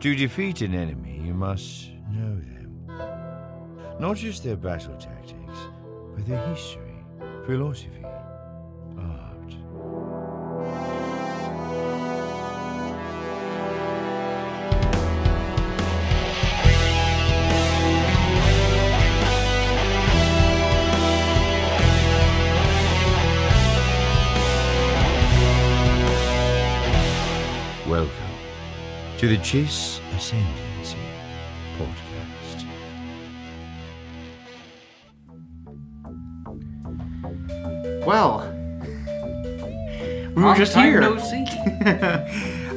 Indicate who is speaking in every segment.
Speaker 1: To defeat an enemy, you must know them. Not just their battle tactics, but their history, philosophy, art. Welcome to the Chess Ascendancy podcast.
Speaker 2: Well, we were
Speaker 3: Long
Speaker 2: just
Speaker 3: time
Speaker 2: here.
Speaker 3: No see.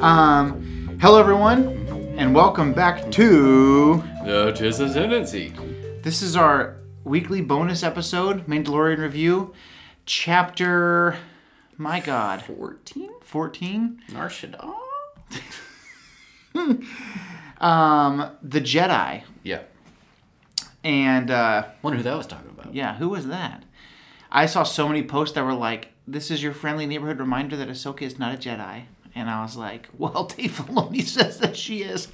Speaker 2: um, hello, everyone, and welcome back to.
Speaker 3: The Tis Ascendancy.
Speaker 2: This is our weekly bonus episode, Mandalorian Review, chapter. My God,
Speaker 3: 14?
Speaker 2: 14?
Speaker 3: Narshada?
Speaker 2: Um, The Jedi.
Speaker 3: Yeah.
Speaker 2: And, uh,
Speaker 3: Wonder who that was talking about.
Speaker 2: yeah, who was that? I saw so many posts that were like, this is your friendly neighborhood reminder that Ahsoka is not a Jedi. And I was like, well, Dave Filoni says that she is.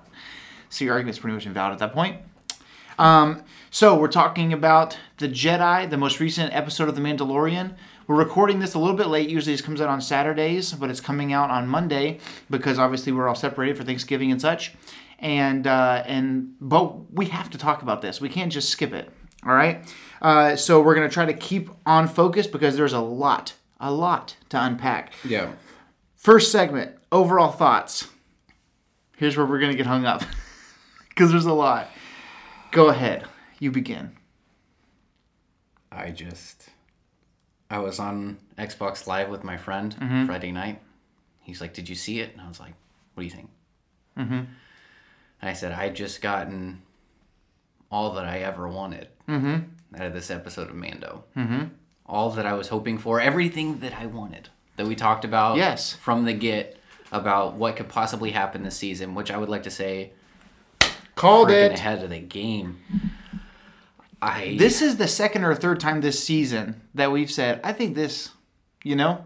Speaker 2: so your argument's pretty much invalid at that point. Um, so we're talking about the Jedi, the most recent episode of The Mandalorian. We're recording this a little bit late. Usually this comes out on Saturdays, but it's coming out on Monday because obviously we're all separated for Thanksgiving and such. And uh, and but we have to talk about this. We can't just skip it. All right. Uh, so we're gonna try to keep on focus because there's a lot, a lot to unpack.
Speaker 3: Yeah.
Speaker 2: First segment, overall thoughts. Here's where we're going to get hung up because there's a lot. Go ahead. You begin.
Speaker 3: I just. I was on Xbox Live with my friend
Speaker 2: Mm-hmm.
Speaker 3: Friday night. He's like, Did you see it? And I was like, What do you think? Mm-hmm. I said, I just gotten all that I ever wanted
Speaker 2: Mm-hmm.
Speaker 3: out of this episode of Mando. Mm-hmm. All that I was hoping for, everything that I wanted that we talked about
Speaker 2: Yes.
Speaker 3: from the get about what could possibly happen this season, which I would like to say
Speaker 2: Called
Speaker 3: freaking
Speaker 2: it.
Speaker 3: ahead of the game. I
Speaker 2: This is the second or third time this season that we've said, I think this, you know?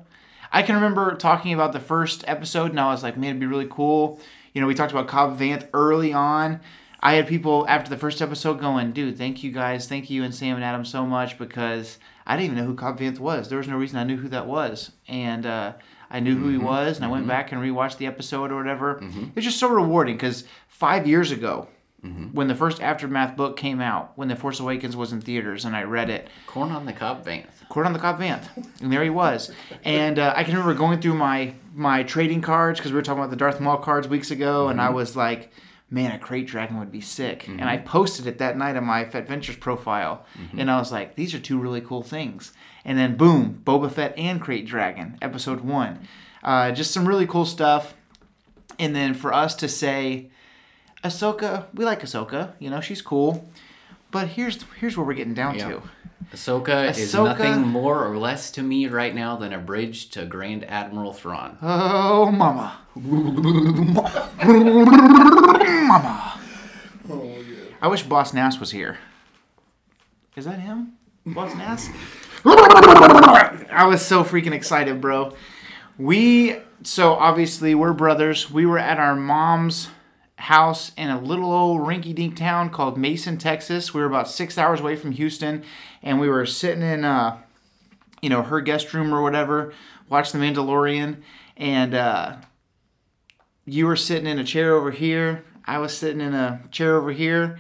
Speaker 2: I can remember talking about the first episode and I was like, man, it'd be really cool. You know, we talked about Cobb Vanth early on. I had people after the first episode going, dude, thank you guys. Thank you and Sam and Adam so much because I didn't even know who Cobb Vanth was. There was no reason I knew who that was. And uh, I knew who he was and I went back and rewatched the episode or whatever. It's just so rewarding because five years ago, when the first Aftermath book came out, when The Force Awakens was in theaters, and I read it,
Speaker 3: corn on the cob vein.
Speaker 2: Court on the Cobb Vanth, and there he was. And uh, I can remember going through my my trading cards because we were talking about the Darth Maul cards weeks ago, and I was like, "Man, a crate dragon would be sick." And I posted it that night on my Fed Ventures profile, and I was like, "These are two really cool things." And then boom, Boba Fett and crate dragon, episode one, uh, just some really cool stuff. And then for us to say, Ahsoka, we like Ahsoka, you know, she's cool. But here's here's where we're getting down
Speaker 3: Yeah.
Speaker 2: to.
Speaker 3: Ahsoka, is
Speaker 2: Ahsoka-
Speaker 3: nothing more or less to me right now than a bridge to Grand Admiral Thrawn.
Speaker 2: Oh, mama. mama. I wish Boss Nass was here. Is that him? Boss Nass? I was so freaking excited, bro. We, so obviously, we're brothers. We were at our mom's house in a little old rinky dink town called Mason, Texas. We were about six hours away from Houston, and we were sitting in, uh, you know, her guest room or whatever, watch The Mandalorian, and uh, you were sitting in a chair over here. I was sitting in a chair over here,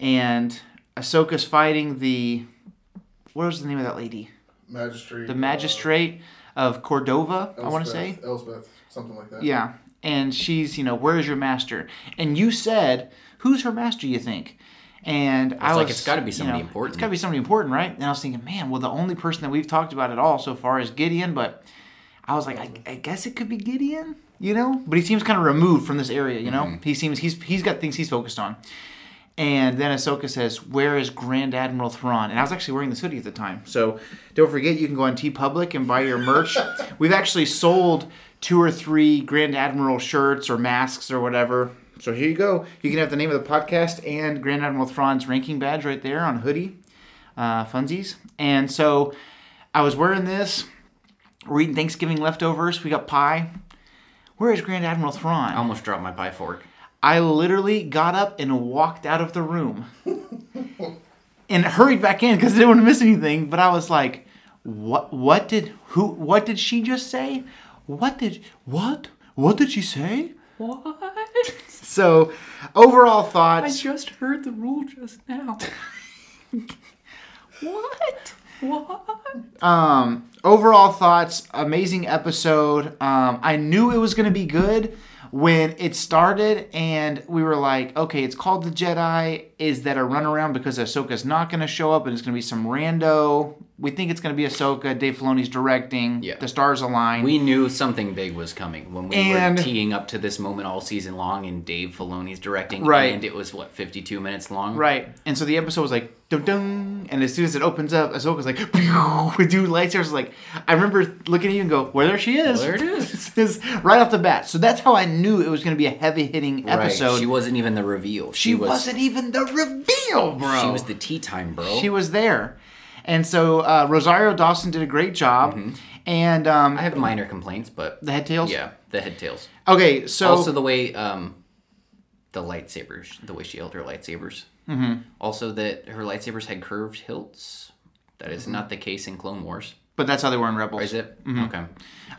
Speaker 2: and Ahsoka's fighting the what was the name of that lady?
Speaker 4: magistrate.
Speaker 2: The magistrate of Cordova, I want to say.
Speaker 4: Elspeth, something like that.
Speaker 2: Yeah. And she's, you know, where's your master? And you said, who's her master, you think? And I was
Speaker 3: like, it's gotta be
Speaker 2: you
Speaker 3: somebody
Speaker 2: know,
Speaker 3: important.
Speaker 2: It's got to be somebody important, right? And I was thinking, man, well, the only person that we've talked about at all so far is Gideon, but I was like, I, I guess it could be Gideon, you know? But he seems kind of removed from this area, you
Speaker 3: Mm-hmm.
Speaker 2: know? He seems, he's, he's got things he's focused on. And then Ahsoka says, "Where is Grand Admiral Thrawn?" And I was actually wearing this hoodie at the time, so don't forget you can go on T Public and buy your merch. We've actually sold two or three Grand Admiral shirts or masks or whatever. So here you go. You can have the name of the podcast and Grand Admiral Thrawn's ranking badge right there on hoodie, uh, funsies. And so I was wearing this. We're eating Thanksgiving leftovers. We got pie. Where is Grand Admiral Thrawn?
Speaker 3: I almost dropped my pie fork.
Speaker 2: I literally got up and walked out of the room and hurried back in because I didn't want to miss anything. But I was like, "What? What did who? What did she just say? What did what? What did she say?"
Speaker 3: What?
Speaker 2: So, overall
Speaker 3: I
Speaker 2: thoughts.
Speaker 3: just heard the rule just now. what? What?
Speaker 2: Um, overall thoughts. Amazing episode. Um, I knew it was going to be good when it started, and we were like, okay, it's called the Jedi. Is that a runaround because Ahsoka's not going to show up, and it's going to be some rando? We think it's going to be Ahsoka. Dave Filoni's directing.
Speaker 3: Yeah.
Speaker 2: The stars align.
Speaker 3: We knew something big was coming when we
Speaker 2: And-
Speaker 3: were teeing up to this moment all season long, and Dave Filoni's directing,
Speaker 2: Right.
Speaker 3: and it was what fifty-two minutes long,
Speaker 2: Right. And so the episode was like dun dun, and as soon as it opens up, Ahsoka's like pew, with two lightsabers. was Like I remember looking at you and go, "Well, there she is."
Speaker 3: There it is.
Speaker 2: This is right off the bat. So that's how I knew it was going to be a heavy hitting
Speaker 3: Right.
Speaker 2: episode.
Speaker 3: She
Speaker 2: She,
Speaker 3: wasn't even the reveal. She, was.
Speaker 2: was, not even the reveal, bro.
Speaker 3: She was the tea time, bro.
Speaker 2: She was there, and so uh, Rosario Dawson did a great job. And um,
Speaker 3: Mm-hmm. I have minor complaints, but
Speaker 2: the head tails.
Speaker 3: yeah, the head tails.
Speaker 2: Okay. So
Speaker 3: also the way um the lightsabers the way she held her lightsabers mm-hmm. also that her lightsabers had curved hilts that is not the case in clone wars
Speaker 2: but that's how they were in Rebels.
Speaker 3: is it okay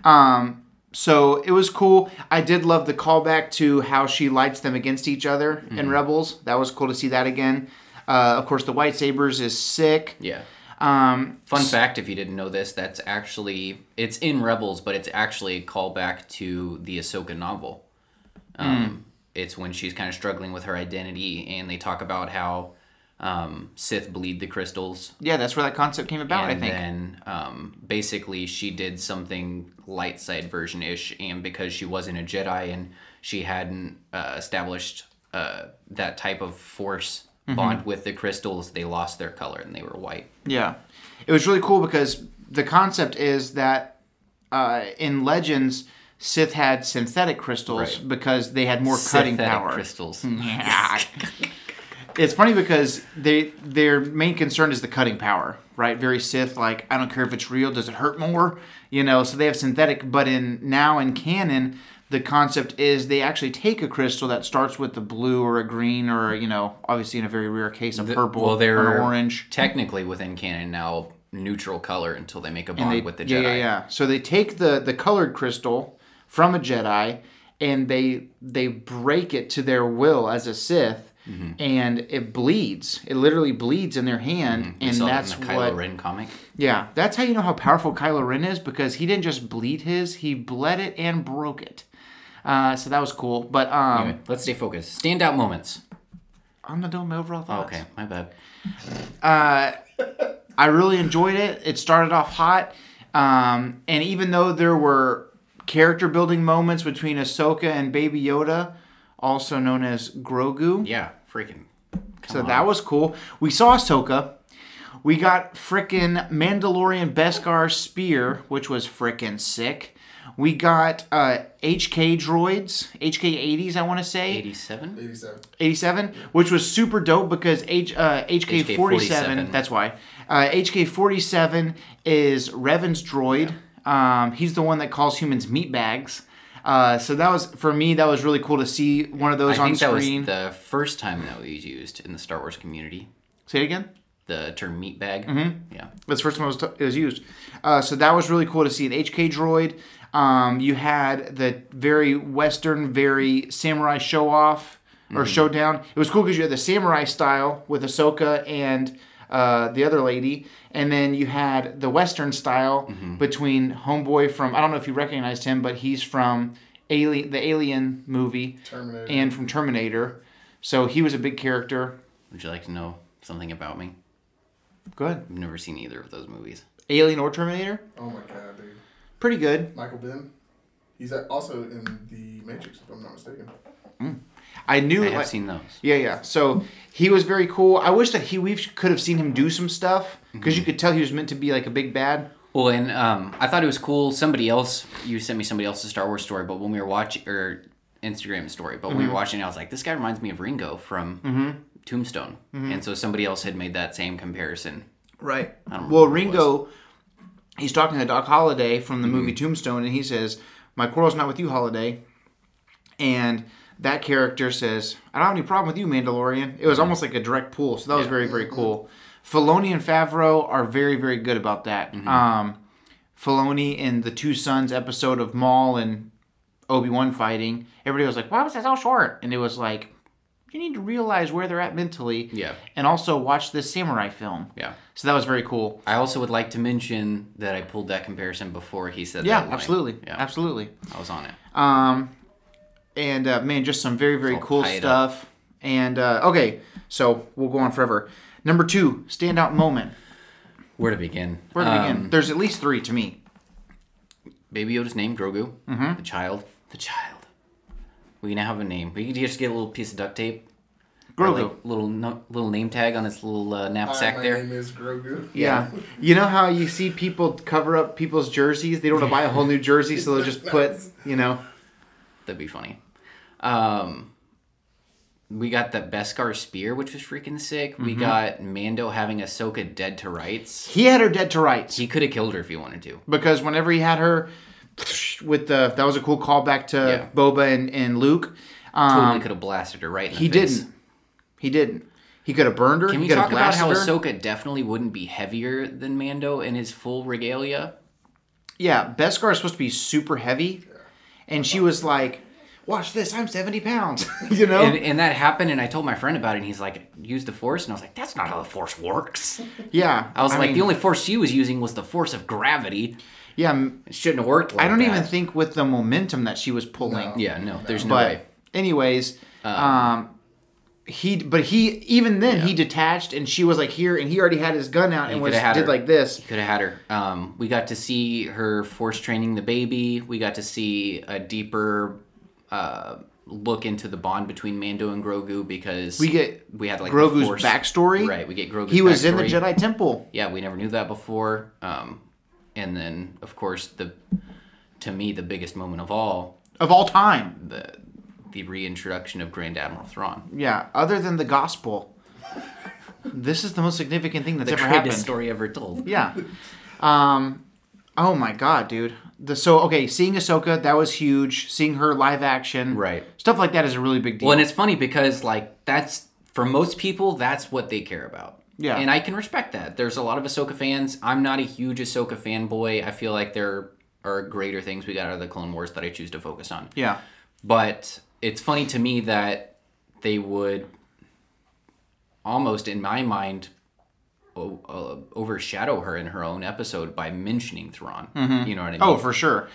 Speaker 2: Um, so it was cool. I did love the callback to how she lights them against each other
Speaker 3: Mm-hmm.
Speaker 2: in Rebels. That was cool to see that again. Uh, of course, the White Sabers is sick.
Speaker 3: yeah
Speaker 2: Um,
Speaker 3: fun fact if you didn't know this that's actually it's in rebels but it's actually a callback to the ahsoka novel um it's when she's kind of struggling with her identity and they talk about how um sith bleed the crystals
Speaker 2: yeah, that's where that concept came about. I
Speaker 3: and
Speaker 2: think.
Speaker 3: then um, basically she did something light side version ish, and because she wasn't a Jedi and she hadn't uh, established uh, that type of force
Speaker 2: Mm-hmm.
Speaker 3: bond with the crystals, they lost their color and they were white.
Speaker 2: Yeah, it was really cool because the concept is that uh, in Legends, Sith had synthetic crystals
Speaker 3: Right.
Speaker 2: because they had more cutting
Speaker 3: Synthetic
Speaker 2: power. Mm-hmm.
Speaker 3: crystals.
Speaker 2: Yeah. it's funny because they their main concern is the cutting power, right? Very Sith, like I don't care if it's real, does it hurt more? You know, so they have synthetic, but in now in canon, the concept is they actually take a crystal that starts with a blue or a green or you know, obviously in a very rare case a purple
Speaker 3: well, they're
Speaker 2: or an orange.
Speaker 3: technically within canon now neutral color until they make a bond
Speaker 2: And they-
Speaker 3: with the Jedi.
Speaker 2: yeah, yeah, yeah. So they take the the colored crystal from a Jedi and they they break it to their will as a Sith,
Speaker 3: Mm-hmm.
Speaker 2: and it bleeds. It literally bleeds in their hand,
Speaker 3: Mm-hmm. We
Speaker 2: and
Speaker 3: saw
Speaker 2: that's
Speaker 3: that in the Kylo
Speaker 2: what.
Speaker 3: Ren comic.
Speaker 2: Yeah, that's how you know how powerful Kylo Ren is because he didn't just bleed his; he bled it and broke it. Uh, so that was cool. But um,
Speaker 3: Anyway, let's stay focused. Standout moments.
Speaker 2: I'm not doing my overall thoughts.
Speaker 3: Okay, my bad.
Speaker 2: I really enjoyed it. It started off hot, um, and even though there were character building moments between Ahsoka and Baby Yoda, also known as Grogu,
Speaker 3: Yeah, freaking.
Speaker 2: so that was cool. We saw Ahsoka. We got frickin' Mandalorian Beskar's spear, which was frickin' sick. We got uh, HK droids, HK 80s, I want to say.
Speaker 3: 87?
Speaker 4: 87.
Speaker 2: 87, which was super dope because H, uh, HK 47,
Speaker 3: HK47.
Speaker 2: that's why. Uh, HK 47 is Revan's droid. Um, he's the one that calls humans meat bags. Uh, so that was, for me, that was really cool to see one of those
Speaker 3: I
Speaker 2: on
Speaker 3: think
Speaker 2: screen.
Speaker 3: that was the first time that was used in the Star Wars community.
Speaker 2: Say it again.
Speaker 3: The term meatbag. Mm-hmm. Yeah.
Speaker 2: That's the first time it was, it was used. Uh, so that was really cool to see an HK droid. Um, you had the very Western, very samurai show off or showdown. It was cool because you had the samurai style with Ahsoka and uh, the other lady, and then you had the Western style between Homeboy from I don't know if you recognized him, but he's from Alien, the Alien movie,
Speaker 4: Terminator.
Speaker 2: and from Terminator. So he was a big character.
Speaker 3: Would you like to know something about me?
Speaker 2: Good.
Speaker 3: I've never seen either of those movies.
Speaker 2: Alien or Terminator?
Speaker 4: oh my god, dude.
Speaker 2: Pretty good.
Speaker 4: Michael Ben. He's a- also in The Matrix, if I'm not mistaken.
Speaker 2: I knew
Speaker 3: I have
Speaker 2: like-
Speaker 3: seen those.
Speaker 2: Yeah, yeah. So he was very cool. I wish that he we could have seen him do some stuff because you could tell he was meant to be like a big bad.
Speaker 3: Well, and um, I thought it was cool. Somebody else, you sent me somebody else's Star Wars story, but when we were watching, or Instagram story, but when
Speaker 2: Mm-hmm.
Speaker 3: we were watching it, I was like, this guy reminds me of Ringo from Tombstone.
Speaker 2: Mm-hmm.
Speaker 3: And so somebody else had made that same comparison.
Speaker 2: Right.
Speaker 3: don't
Speaker 2: Well,
Speaker 3: remember who
Speaker 2: Ringo, he's talking to Doc Holliday from the movie Tombstone, and he says, "My quarrel's not with you, Holiday." And that character says, "I don't have any problem with you, Mandalorian." It was almost like a direct pull, so that was very very cool. Filoni and Favreau are very very good about that. Um, Filoni in the Two Sons episode of Maul and Obi Wan fighting, everybody was like, "Why was that so short?" And it was like, you need to realize where they're at mentally,
Speaker 3: Yeah.
Speaker 2: and also watch this samurai film.
Speaker 3: Yeah.
Speaker 2: So that was very cool.
Speaker 3: I also would like to mention that I pulled that comparison before he said
Speaker 2: Yeah,
Speaker 3: that. line.
Speaker 2: absolutely,
Speaker 3: Yeah,
Speaker 2: absolutely.
Speaker 3: I was on it.
Speaker 2: Um, and uh, man, just some very very
Speaker 3: all
Speaker 2: cool
Speaker 3: tied
Speaker 2: stuff. And uh, okay, so we'll go on forever. Number two, standout moment.
Speaker 3: Where to begin?
Speaker 2: Where to
Speaker 3: Um,
Speaker 2: begin? There's at least three to me.
Speaker 3: Baby Yoda's name, Grogu.
Speaker 2: Mm-hmm.
Speaker 3: The child. The child. We now have a name. We could just get a little piece of duct tape. or,
Speaker 2: Grogu.
Speaker 3: like, little no, little name tag on his little uh,
Speaker 4: Hi,
Speaker 3: knapsack
Speaker 4: my
Speaker 3: there.
Speaker 4: name is Grogu.
Speaker 2: Yeah. You know how you see people cover up people's jerseys? They don't want to buy a whole new jersey, so they'll just put, you know.
Speaker 3: That'd be funny. Um, we got the Beskar spear, which was freaking sick.
Speaker 2: Mm-hmm.
Speaker 3: We got Mando having Ahsoka dead to rights.
Speaker 2: He had her dead to rights
Speaker 3: He could have killed her if he wanted to.
Speaker 2: because whenever he had her with the, that was a cool callback to
Speaker 3: Yeah.
Speaker 2: Boba and, and Luke. Um,
Speaker 3: Totally could have blasted her right. In the
Speaker 2: he
Speaker 3: face.
Speaker 2: didn't. He didn't. He could have burned her.
Speaker 3: Can
Speaker 2: he
Speaker 3: we
Speaker 2: could have
Speaker 3: talk about how
Speaker 2: blasted her.
Speaker 3: Ahsoka definitely wouldn't be heavier than Mando in his full regalia?
Speaker 2: Yeah, Beskar is supposed to be super heavy, and she was like, "Watch this, I'm seventy pounds." you know,
Speaker 3: And, and that happened, and I told my friend about it, and he's like, "Use the force," and I was like, "That's not how the force works."
Speaker 2: yeah.
Speaker 3: I was like,
Speaker 2: mean,
Speaker 3: "The only force she was using was the force of gravity.
Speaker 2: yeah. m-
Speaker 3: It shouldn't have worked." Like
Speaker 2: I don't
Speaker 3: that."
Speaker 2: even think with the momentum that she was pulling.
Speaker 3: Yeah, no, there's no
Speaker 2: but
Speaker 3: way. Uh.
Speaker 2: anyways, um, he but he even then he detached, and she was like here, and he already had his gun out and was
Speaker 3: coulda had
Speaker 2: did
Speaker 3: her.
Speaker 2: like this.
Speaker 3: Could have had her. Um, we got to see her force training the baby. We got to see a deeper uh, look into the bond between Mando and Grogu because
Speaker 2: We get
Speaker 3: we had like the
Speaker 2: Grogu's
Speaker 3: Force-
Speaker 2: backstory.
Speaker 3: Right, we get Grogu's.
Speaker 2: He was in the
Speaker 3: backstory.
Speaker 2: Jedi Temple.
Speaker 3: yeah, we never knew that before. Um, and then, of course, the to me the biggest moment of all
Speaker 2: Of all time,
Speaker 3: the the reintroduction of Grand Admiral Thrawn.
Speaker 2: yeah. Other than the gospel, this is the most significant thing that's
Speaker 3: The
Speaker 2: ever
Speaker 3: greatest
Speaker 2: happened.
Speaker 3: story ever told.
Speaker 2: Yeah. Um, oh my god, dude. The so okay, seeing Ahsoka that was huge. Seeing her live action,
Speaker 3: Right.
Speaker 2: Stuff like that is a really big deal.
Speaker 3: Well, and it's funny because like that's for most people that's what they care about.
Speaker 2: Yeah.
Speaker 3: and I can respect that. There's a lot of Ahsoka fans. I'm not a huge Ahsoka fanboy. I feel like there are greater things we got out of the Clone Wars that I choose to focus on.
Speaker 2: yeah,
Speaker 3: But it's funny to me that they would almost, in my mind, o- uh, overshadow her in her own episode by mentioning Thrawn. You know what I mean?
Speaker 2: oh for sure.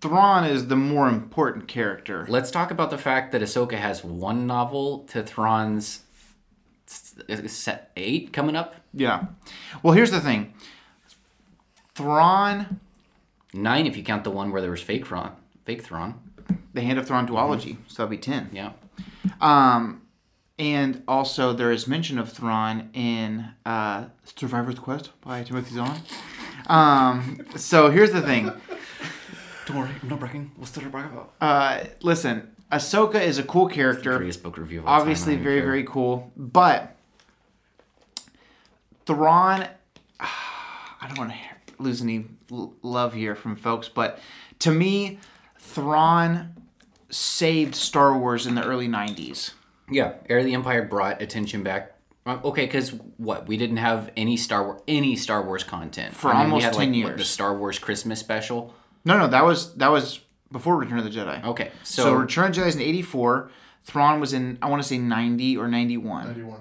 Speaker 2: Thrawn is the more important character.
Speaker 3: Let's talk about the fact that Ahsoka has one novel to Thrawn's s- is it set eight coming up.
Speaker 2: Yeah. Well, here's the thing. Thrawn,
Speaker 3: Nine, if you count the one where there was fake Thrawn. Fake Thrawn.
Speaker 2: the Hand of Thrawn duology, so that'd be ten.
Speaker 3: Yeah.
Speaker 2: Um, and also there is mention of Thrawn in uh, Survivor's Quest by Timothy Zahn. Um, so here's the thing.
Speaker 3: Don't worry, I'm not breaking. We'll still break about.
Speaker 2: Uh, listen, Ahsoka is a cool character.
Speaker 3: Greatest book review of all time, I
Speaker 2: Obviously,
Speaker 3: don't even
Speaker 2: very,
Speaker 3: care.
Speaker 2: very cool. But Thrawn, I don't want to lose any l- love here from folks, but to me, Thrawn saved Star Wars in the early 90s.
Speaker 3: Yeah, Heir of the Empire brought attention back. Uh, Okay, because what we didn't have any Star War any Star Wars content
Speaker 2: For
Speaker 3: we
Speaker 2: almost
Speaker 3: had,
Speaker 2: 10
Speaker 3: like, what, the
Speaker 2: years.
Speaker 3: Star Wars Christmas special.
Speaker 2: No, no, that was that was before Return of the Jedi.
Speaker 3: Okay, so,
Speaker 2: So, Return of the Jedi is in 84. Thrawn was in, I want to say 90 or 91.
Speaker 4: 91.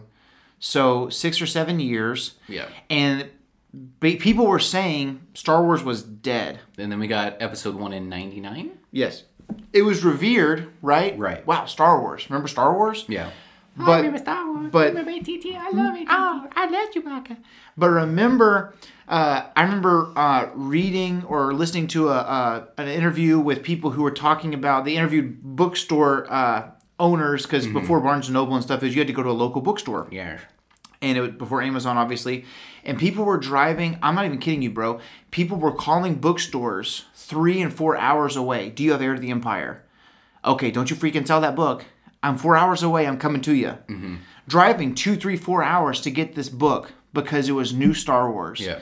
Speaker 2: So six or seven years.
Speaker 3: yeah,
Speaker 2: and ba- people were saying Star Wars was dead.
Speaker 3: and then we got Episode One in '99.
Speaker 2: Yes, it was revered, right?
Speaker 3: Right.
Speaker 2: Wow, Star Wars. Remember Star Wars?
Speaker 3: Yeah,
Speaker 2: But
Speaker 3: Star Wars.
Speaker 2: but-
Speaker 3: ATT, I love it.
Speaker 2: oh, I love Chewbacca. But remember, uh, I remember uh, reading or listening to a, a an interview with people who were talking about they interviewed bookstore uh, owners because before Barnes and Noble and stuff is you had to go to a local bookstore.
Speaker 3: Yeah,
Speaker 2: and it was before Amazon, obviously. And people were driving. I'm not even kidding you, bro. People were calling bookstores three and four hours away. Do you have Heir to the Empire? Okay, don't you freaking sell that book. I'm four hours away. I'm coming to you.
Speaker 3: Mm-hmm.
Speaker 2: Driving two, three, four hours to get this book because it was new Star Wars.
Speaker 3: yeah.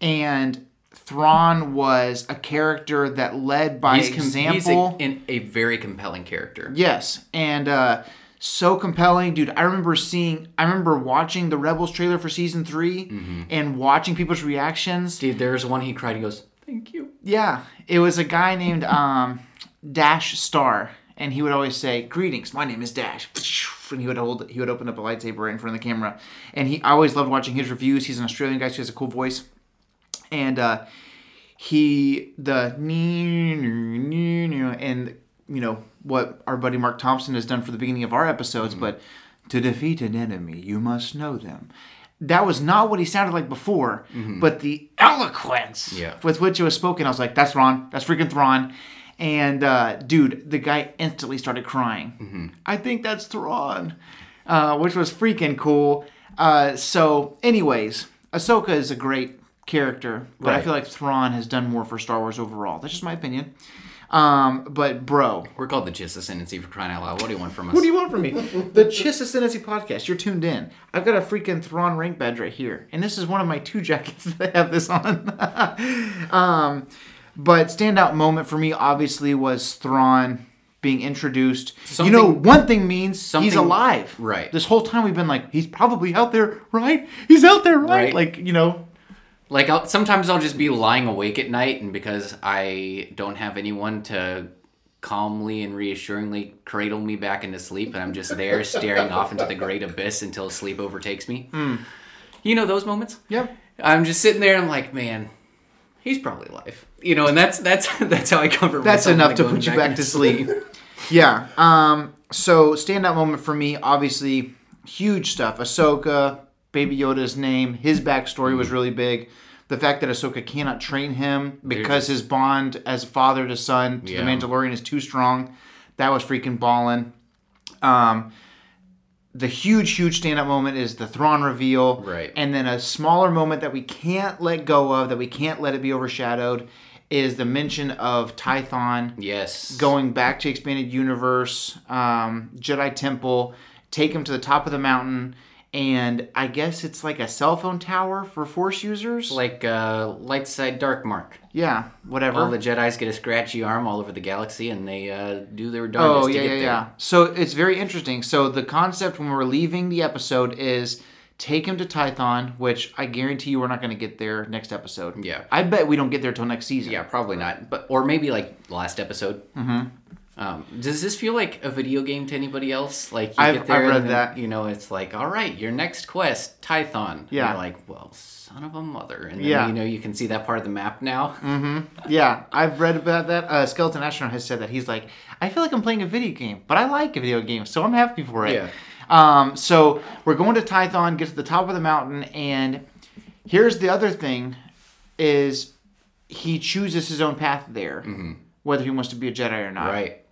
Speaker 2: And Thrawn was a character that led by
Speaker 3: He's, com- he's
Speaker 2: example.
Speaker 3: a, in a very compelling character.
Speaker 2: Yes, and uh, so compelling, dude. I remember seeing, I remember watching the Rebels trailer for season 3 and watching people's reactions.
Speaker 3: Dude, there's one he cried. He goes, "Thank you."
Speaker 2: Yeah, it was a guy named um, Dash Star, and he would always say, "Greetings, my name is Dash." And he would hold, he would open up a lightsaber in front of the camera, and he I always loved watching his reviews. He's an Australian guy, so he has a cool voice, and uh, he the nee, nee, nee, nee, and you know what our buddy Mark Thompson has done for the beginning of our episodes,
Speaker 3: Hmm.
Speaker 2: but to defeat an enemy, you must know them. That was not what he sounded like before, but the eloquence
Speaker 3: Mm-hmm. Yeah.
Speaker 2: with which it was spoken, I was like, "That's Ron. That's freaking Thrawn." And uh, dude, the guy instantly started crying.
Speaker 3: Mm-hmm.
Speaker 2: I think that's Thrawn, uh, which was freaking cool. Uh, so, anyways, Ahsoka is a great character, but I
Speaker 3: Right.
Speaker 2: feel like Thrawn has done more for Star Wars overall. That's just my opinion. Um, but bro,
Speaker 3: We're called the Gist Ascendancy for crying out loud. What do you want from us?
Speaker 2: what do you want from me? the Chiss Ascendancy podcast. You're tuned in. I've got a freaking Thrawn rank badge right here, and this is one of my two jackets that have this on. um, but standout moment for me obviously was Thrawn being introduced.
Speaker 3: Something-
Speaker 2: you know, one thing means he's
Speaker 3: something-
Speaker 2: alive.
Speaker 3: right.
Speaker 2: This whole time we've been like, he's probably out there, right? He's out there, right?
Speaker 3: Right.
Speaker 2: Like you know,
Speaker 3: like I'll, sometimes i'll just be lying awake at night and because i don't have anyone to calmly and reassuringly cradle me back into sleep and i'm just there staring off into the great abyss until sleep overtakes me
Speaker 2: Hmm.
Speaker 3: you know those moments
Speaker 2: Yep.
Speaker 3: i'm just sitting there and i'm like man he's probably alive you know and that's that's that's how i comfort
Speaker 2: That's
Speaker 3: myself
Speaker 2: enough
Speaker 3: when
Speaker 2: to
Speaker 3: going
Speaker 2: put you back
Speaker 3: into
Speaker 2: to sleep. yeah. Um. So standout moment for me, obviously, huge stuff. Ahsoka, Baby Yoda's name, his backstory was really big. The fact that Ahsoka cannot train him because his bond as father to son to
Speaker 3: Yeah.
Speaker 2: the Mandalorian is too strong, that was freaking ballin'. Um. The huge, huge stand-up moment is the Thrawn reveal,
Speaker 3: Right.
Speaker 2: And then a smaller moment that we can't let go of, that we can't let it be overshadowed, is the mention of Tython
Speaker 3: yes
Speaker 2: going back to expanded universe um, jedi temple take him to the top of the mountain and i guess it's like a cell phone tower for force users
Speaker 3: like uh light side dark mark
Speaker 2: yeah whatever
Speaker 3: all the jedis get a scratchy arm all over the galaxy and they uh do their darndest
Speaker 2: oh
Speaker 3: to
Speaker 2: yeah
Speaker 3: get
Speaker 2: yeah
Speaker 3: there
Speaker 2: yeah so it's very interesting so the concept when we're leaving the episode is take him to Tython, which i guarantee you we're not going to get there next episode
Speaker 3: Yeah.
Speaker 2: i bet we don't get there till next season
Speaker 3: Yeah, probably not. But or maybe like the last episode. Mm-hmm. Um, does this feel like a video game to anybody else? Like you
Speaker 2: I've-
Speaker 3: get there
Speaker 2: I've read
Speaker 3: and then,
Speaker 2: that.
Speaker 3: You know, it's like, all right, your next quest, Tython. And
Speaker 2: Yeah.
Speaker 3: you're like, well, son of a mother. And then,
Speaker 2: Yeah. Mm-hmm.
Speaker 3: you know, you can see that part of the map now.
Speaker 2: Yeah, I've read about that. Uh, Skeleton Astronaut has said that he's like, I feel like I'm playing a video game, but I like video games, so I'm happy for it.
Speaker 3: Yeah.
Speaker 2: Um, so we're going to Tython, get to the top of the mountain, and here's the other thing: is he chooses his own path there, whether he wants to be a Jedi or not.
Speaker 3: Mm-hmm. Right.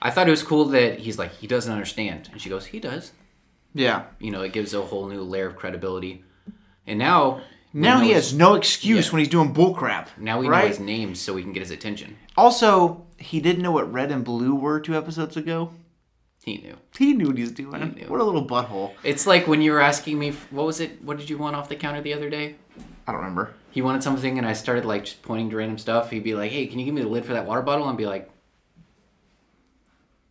Speaker 3: I thought it was cool that he's like, he doesn't understand. And she goes, he does.
Speaker 2: Yeah.
Speaker 3: You know, it gives a whole new layer of credibility. And now. we
Speaker 2: Now
Speaker 3: know
Speaker 2: he
Speaker 3: his-
Speaker 2: has no excuse
Speaker 3: Yeah.
Speaker 2: when he's doing bullcrap.
Speaker 3: Now we
Speaker 2: right?
Speaker 3: know his name so we can get his attention.
Speaker 2: Also, he didn't know what red and blue were two episodes ago.
Speaker 3: He knew.
Speaker 2: He knew what he's doing.
Speaker 3: He knew.
Speaker 2: What a little butthole.
Speaker 3: It's like when you were asking me, what was it? What did you want off the counter the other day?
Speaker 2: I don't remember.
Speaker 3: He wanted something, and I started like just pointing to random stuff. He'd be like, "Hey, can you give me the lid for that water bottle?" And I'd be like,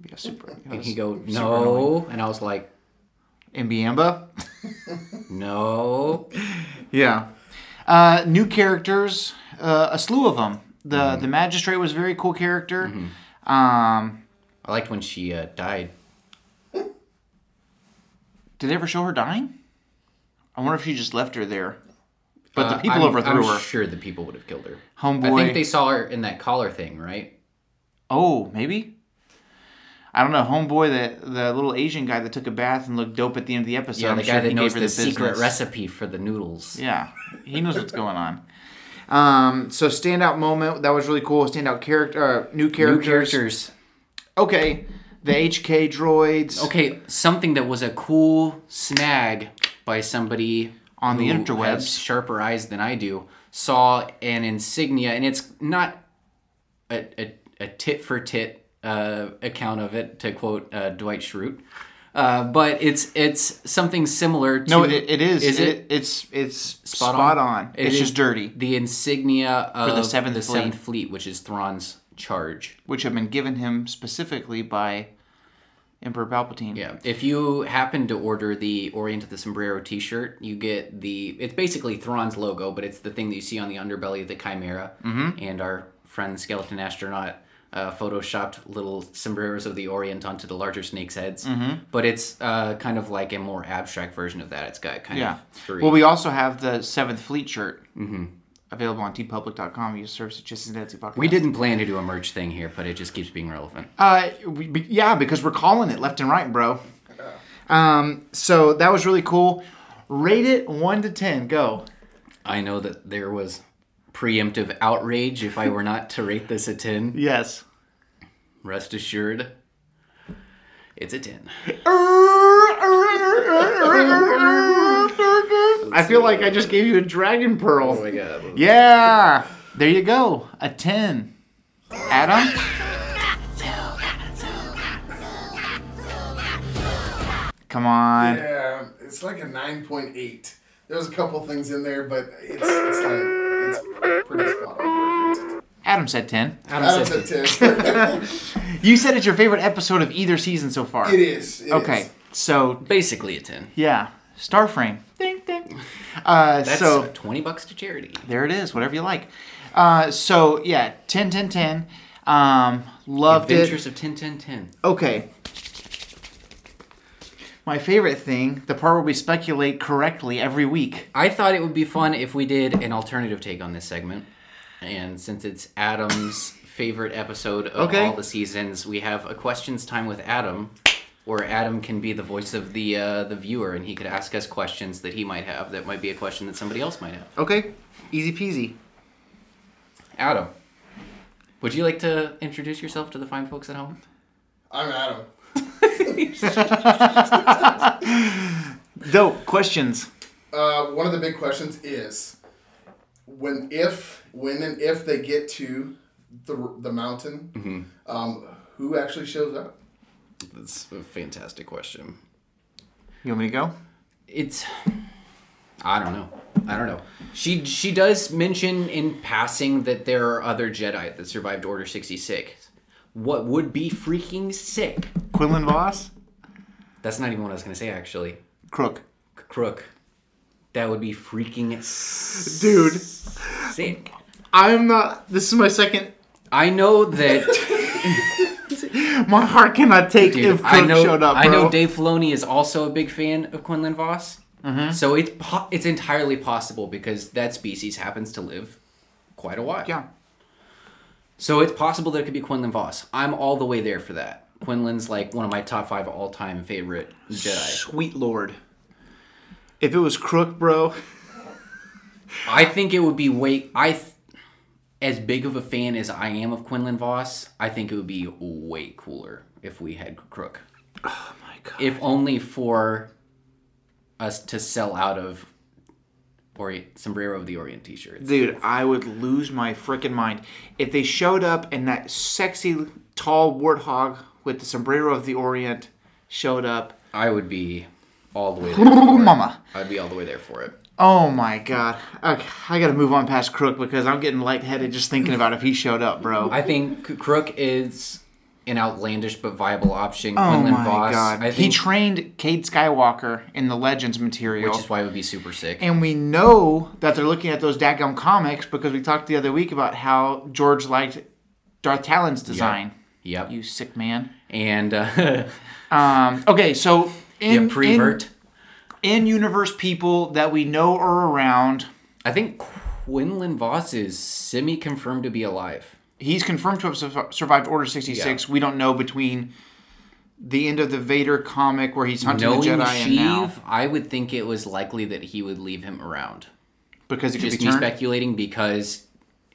Speaker 2: Yeah, super.
Speaker 3: and he'd go, "No," and I was like,
Speaker 2: Mbiamba.
Speaker 3: "No."
Speaker 2: Yeah. Uh, new characters, uh, a slew of them. The
Speaker 3: Mm-hmm.
Speaker 2: the magistrate was a very cool character. Um,
Speaker 3: I liked when she uh, died.
Speaker 2: did they ever show her dying? I wonder if she just left her there. But the
Speaker 3: Uh,
Speaker 2: people
Speaker 3: I'm-
Speaker 2: overthrew
Speaker 3: I'm
Speaker 2: her.
Speaker 3: Sure, the people would have killed her.
Speaker 2: Homeboy.
Speaker 3: I think they saw her in that collar thing, right?
Speaker 2: Oh, maybe. I don't know. Homeboy, the the little Asian guy that took a bath and looked dope at the end of the episode.
Speaker 3: yeah,
Speaker 2: I'm
Speaker 3: the
Speaker 2: sure
Speaker 3: guy
Speaker 2: he
Speaker 3: that knows
Speaker 2: gave her
Speaker 3: the, secret
Speaker 2: business.
Speaker 3: recipe for the noodles.
Speaker 2: Yeah, he knows what's going on. Um, so standout moment that was really cool. Standout character, uh, new
Speaker 3: New
Speaker 2: characters.
Speaker 3: characters.
Speaker 2: Okay, the HK droids.
Speaker 3: Okay, something that was a cool snag by somebody
Speaker 2: On the
Speaker 3: who
Speaker 2: interwebs.
Speaker 3: has sharper eyes than I do, saw an insignia, and it's not a, a, a tit for tit uh, account of it, to quote uh, Dwight Schrute. Uh, but it's it's something similar. to...
Speaker 2: No, it, it is.
Speaker 3: Is it,
Speaker 2: It's it's spot,
Speaker 3: Spot
Speaker 2: on.
Speaker 3: on? It
Speaker 2: it's
Speaker 3: is-
Speaker 2: just dirty,
Speaker 3: the insignia of
Speaker 2: the Seventh Fleet.
Speaker 3: Seventh Fleet, which is Thrawn's charge?
Speaker 2: which have been given him specifically by Emperor Palpatine.
Speaker 3: Yeah. If you happen to order the Orient of the Sombrero T-shirt, you get the. It's basically Thrawn's logo, but it's the thing that you see on the underbelly of the Chimera,
Speaker 2: Mm-hmm.
Speaker 3: and our friend Skeleton Astronaut uh, photoshopped little sombreros of the Orient onto the larger snakes' heads.
Speaker 2: Mm-hmm.
Speaker 3: But it's uh, kind of like a more abstract version of that. It's got kind
Speaker 2: Yeah.
Speaker 3: of three. Mm-hmm.
Speaker 2: Well, we also have the Seventh Fleet shirt available on tpublic.com. You search it just as Nancy Podcast.
Speaker 3: we didn't plan to do a merch thing here, but it just keeps being relevant.
Speaker 2: Uh, we, be- yeah, because we're calling it left and right, bro. Um, so that was really cool. Rate it one to ten. Go.
Speaker 3: I know that there was preemptive outrage if I were not to rate this a 10.
Speaker 2: Yes.
Speaker 3: Rest assured, it's a 10.
Speaker 2: I feel like I just gave you a dragon pearl.
Speaker 3: god.
Speaker 2: Yeah. There you go. A 10. Adam? Come on.
Speaker 4: Yeah, it's like a 9.8. There was a couple things in there, but it's, it's like, it's pretty spot on. perfect.
Speaker 2: Adam said 10.
Speaker 4: Adam's at 10.
Speaker 2: You said it's your favorite episode of either season so far.
Speaker 4: it is. it is.
Speaker 2: Okay. So,
Speaker 3: Basically a 10.
Speaker 2: yeah. Starframe. Ding, ding. Uh,
Speaker 3: That's
Speaker 2: so,
Speaker 3: 20 bucks to charity.
Speaker 2: there it is. Whatever you like. Uh, so, yeah. 10, 10, 10. Um, loved it.
Speaker 3: Adventures of 10 10 10.
Speaker 2: Okay. My favorite thing, the part where we speculate correctly every week.
Speaker 3: I thought it would be fun if we did an alternative take on this segment. And since it's Adam's favorite episode of
Speaker 2: Okay.
Speaker 3: all the seasons, we have a questions time with Adam where Adam can be the voice of the uh, the viewer and he could ask us questions that he might have that might be a question that somebody else might have.
Speaker 2: Okay. Easy peasy.
Speaker 3: Adam, would you like to introduce yourself to the fine folks at home?
Speaker 4: I'm Adam.
Speaker 2: Dope. Questions.
Speaker 4: Uh, one of the big questions is when, if, when, and if they get to the the mountain, um, who actually shows up?
Speaker 3: That's a fantastic question.
Speaker 2: You want me to go?
Speaker 3: It's I don't know. I don't know. She she does mention in passing that there are other Jedi that survived Order 66. What would be freaking sick?
Speaker 2: Quinlan Voss?
Speaker 3: That's not even what I was going to say actually. C-
Speaker 2: Crook.
Speaker 3: Crook. That would be freaking s-
Speaker 2: Dude,
Speaker 3: sick.
Speaker 2: I'm not. This is my second.
Speaker 3: I know that
Speaker 2: My heart cannot take
Speaker 3: Dude,
Speaker 2: if Crook
Speaker 3: I know,
Speaker 2: showed up.
Speaker 3: I know
Speaker 2: bro.
Speaker 3: Dave Filoni is also a big fan of Quinlan Voss.
Speaker 2: Mm-hmm.
Speaker 3: So it's po- it's entirely possible because that species happens to live quite a while.
Speaker 2: Yeah.
Speaker 3: So it's possible there could be Quinlan Voss. I'm all the way there for that. Quinlan's like one of my top five all time favorite Jedi.
Speaker 2: Sweet Lord. If it was Crook, bro.
Speaker 3: I think it would be way I. Th- as big of a fan as I am of Quinlan Voss, I think it would be way cooler if we had Crook.
Speaker 2: Oh My God.
Speaker 3: if only for us to sell out of Orient Sombrero of the Orient t-shirts.
Speaker 2: Dude, I would lose my freaking mind if they showed up and that sexy tall warthog with the sombrero of the Orient showed up.
Speaker 3: I would be all the way there. For it.
Speaker 2: Mama.
Speaker 3: I'd be all the way there for it.
Speaker 2: Oh my god. Okay, I gotta move on past Crook because I'm getting lightheaded just thinking about if he showed up, bro.
Speaker 3: I think C- Crook is an outlandish but viable option.
Speaker 2: Oh
Speaker 3: Quinlan
Speaker 2: my
Speaker 3: Voss,
Speaker 2: god.
Speaker 3: I
Speaker 2: he
Speaker 3: think,
Speaker 2: trained Cade Skywalker in the Legends material.
Speaker 3: which is why it would be super sick.
Speaker 2: and we know that they're looking at those daggum comics because we talked the other week about how George liked Darth Talon's design.
Speaker 3: Yep.
Speaker 2: You sick man.
Speaker 3: And uh,
Speaker 2: Um, okay, so in,
Speaker 3: yeah, prevert.
Speaker 2: in universe people that we know are around,
Speaker 3: I think Quinlan Voss is semi-confirmed to be alive.
Speaker 2: he's confirmed to have su- survived Order sixty six. We don't know between the end of the Vader comic where he's hunting
Speaker 3: Knowing
Speaker 2: the Jedi and now
Speaker 3: Sheev, I would think it was likely that he would leave him around.
Speaker 2: because it could be
Speaker 3: just me
Speaker 2: turned.
Speaker 3: speculating because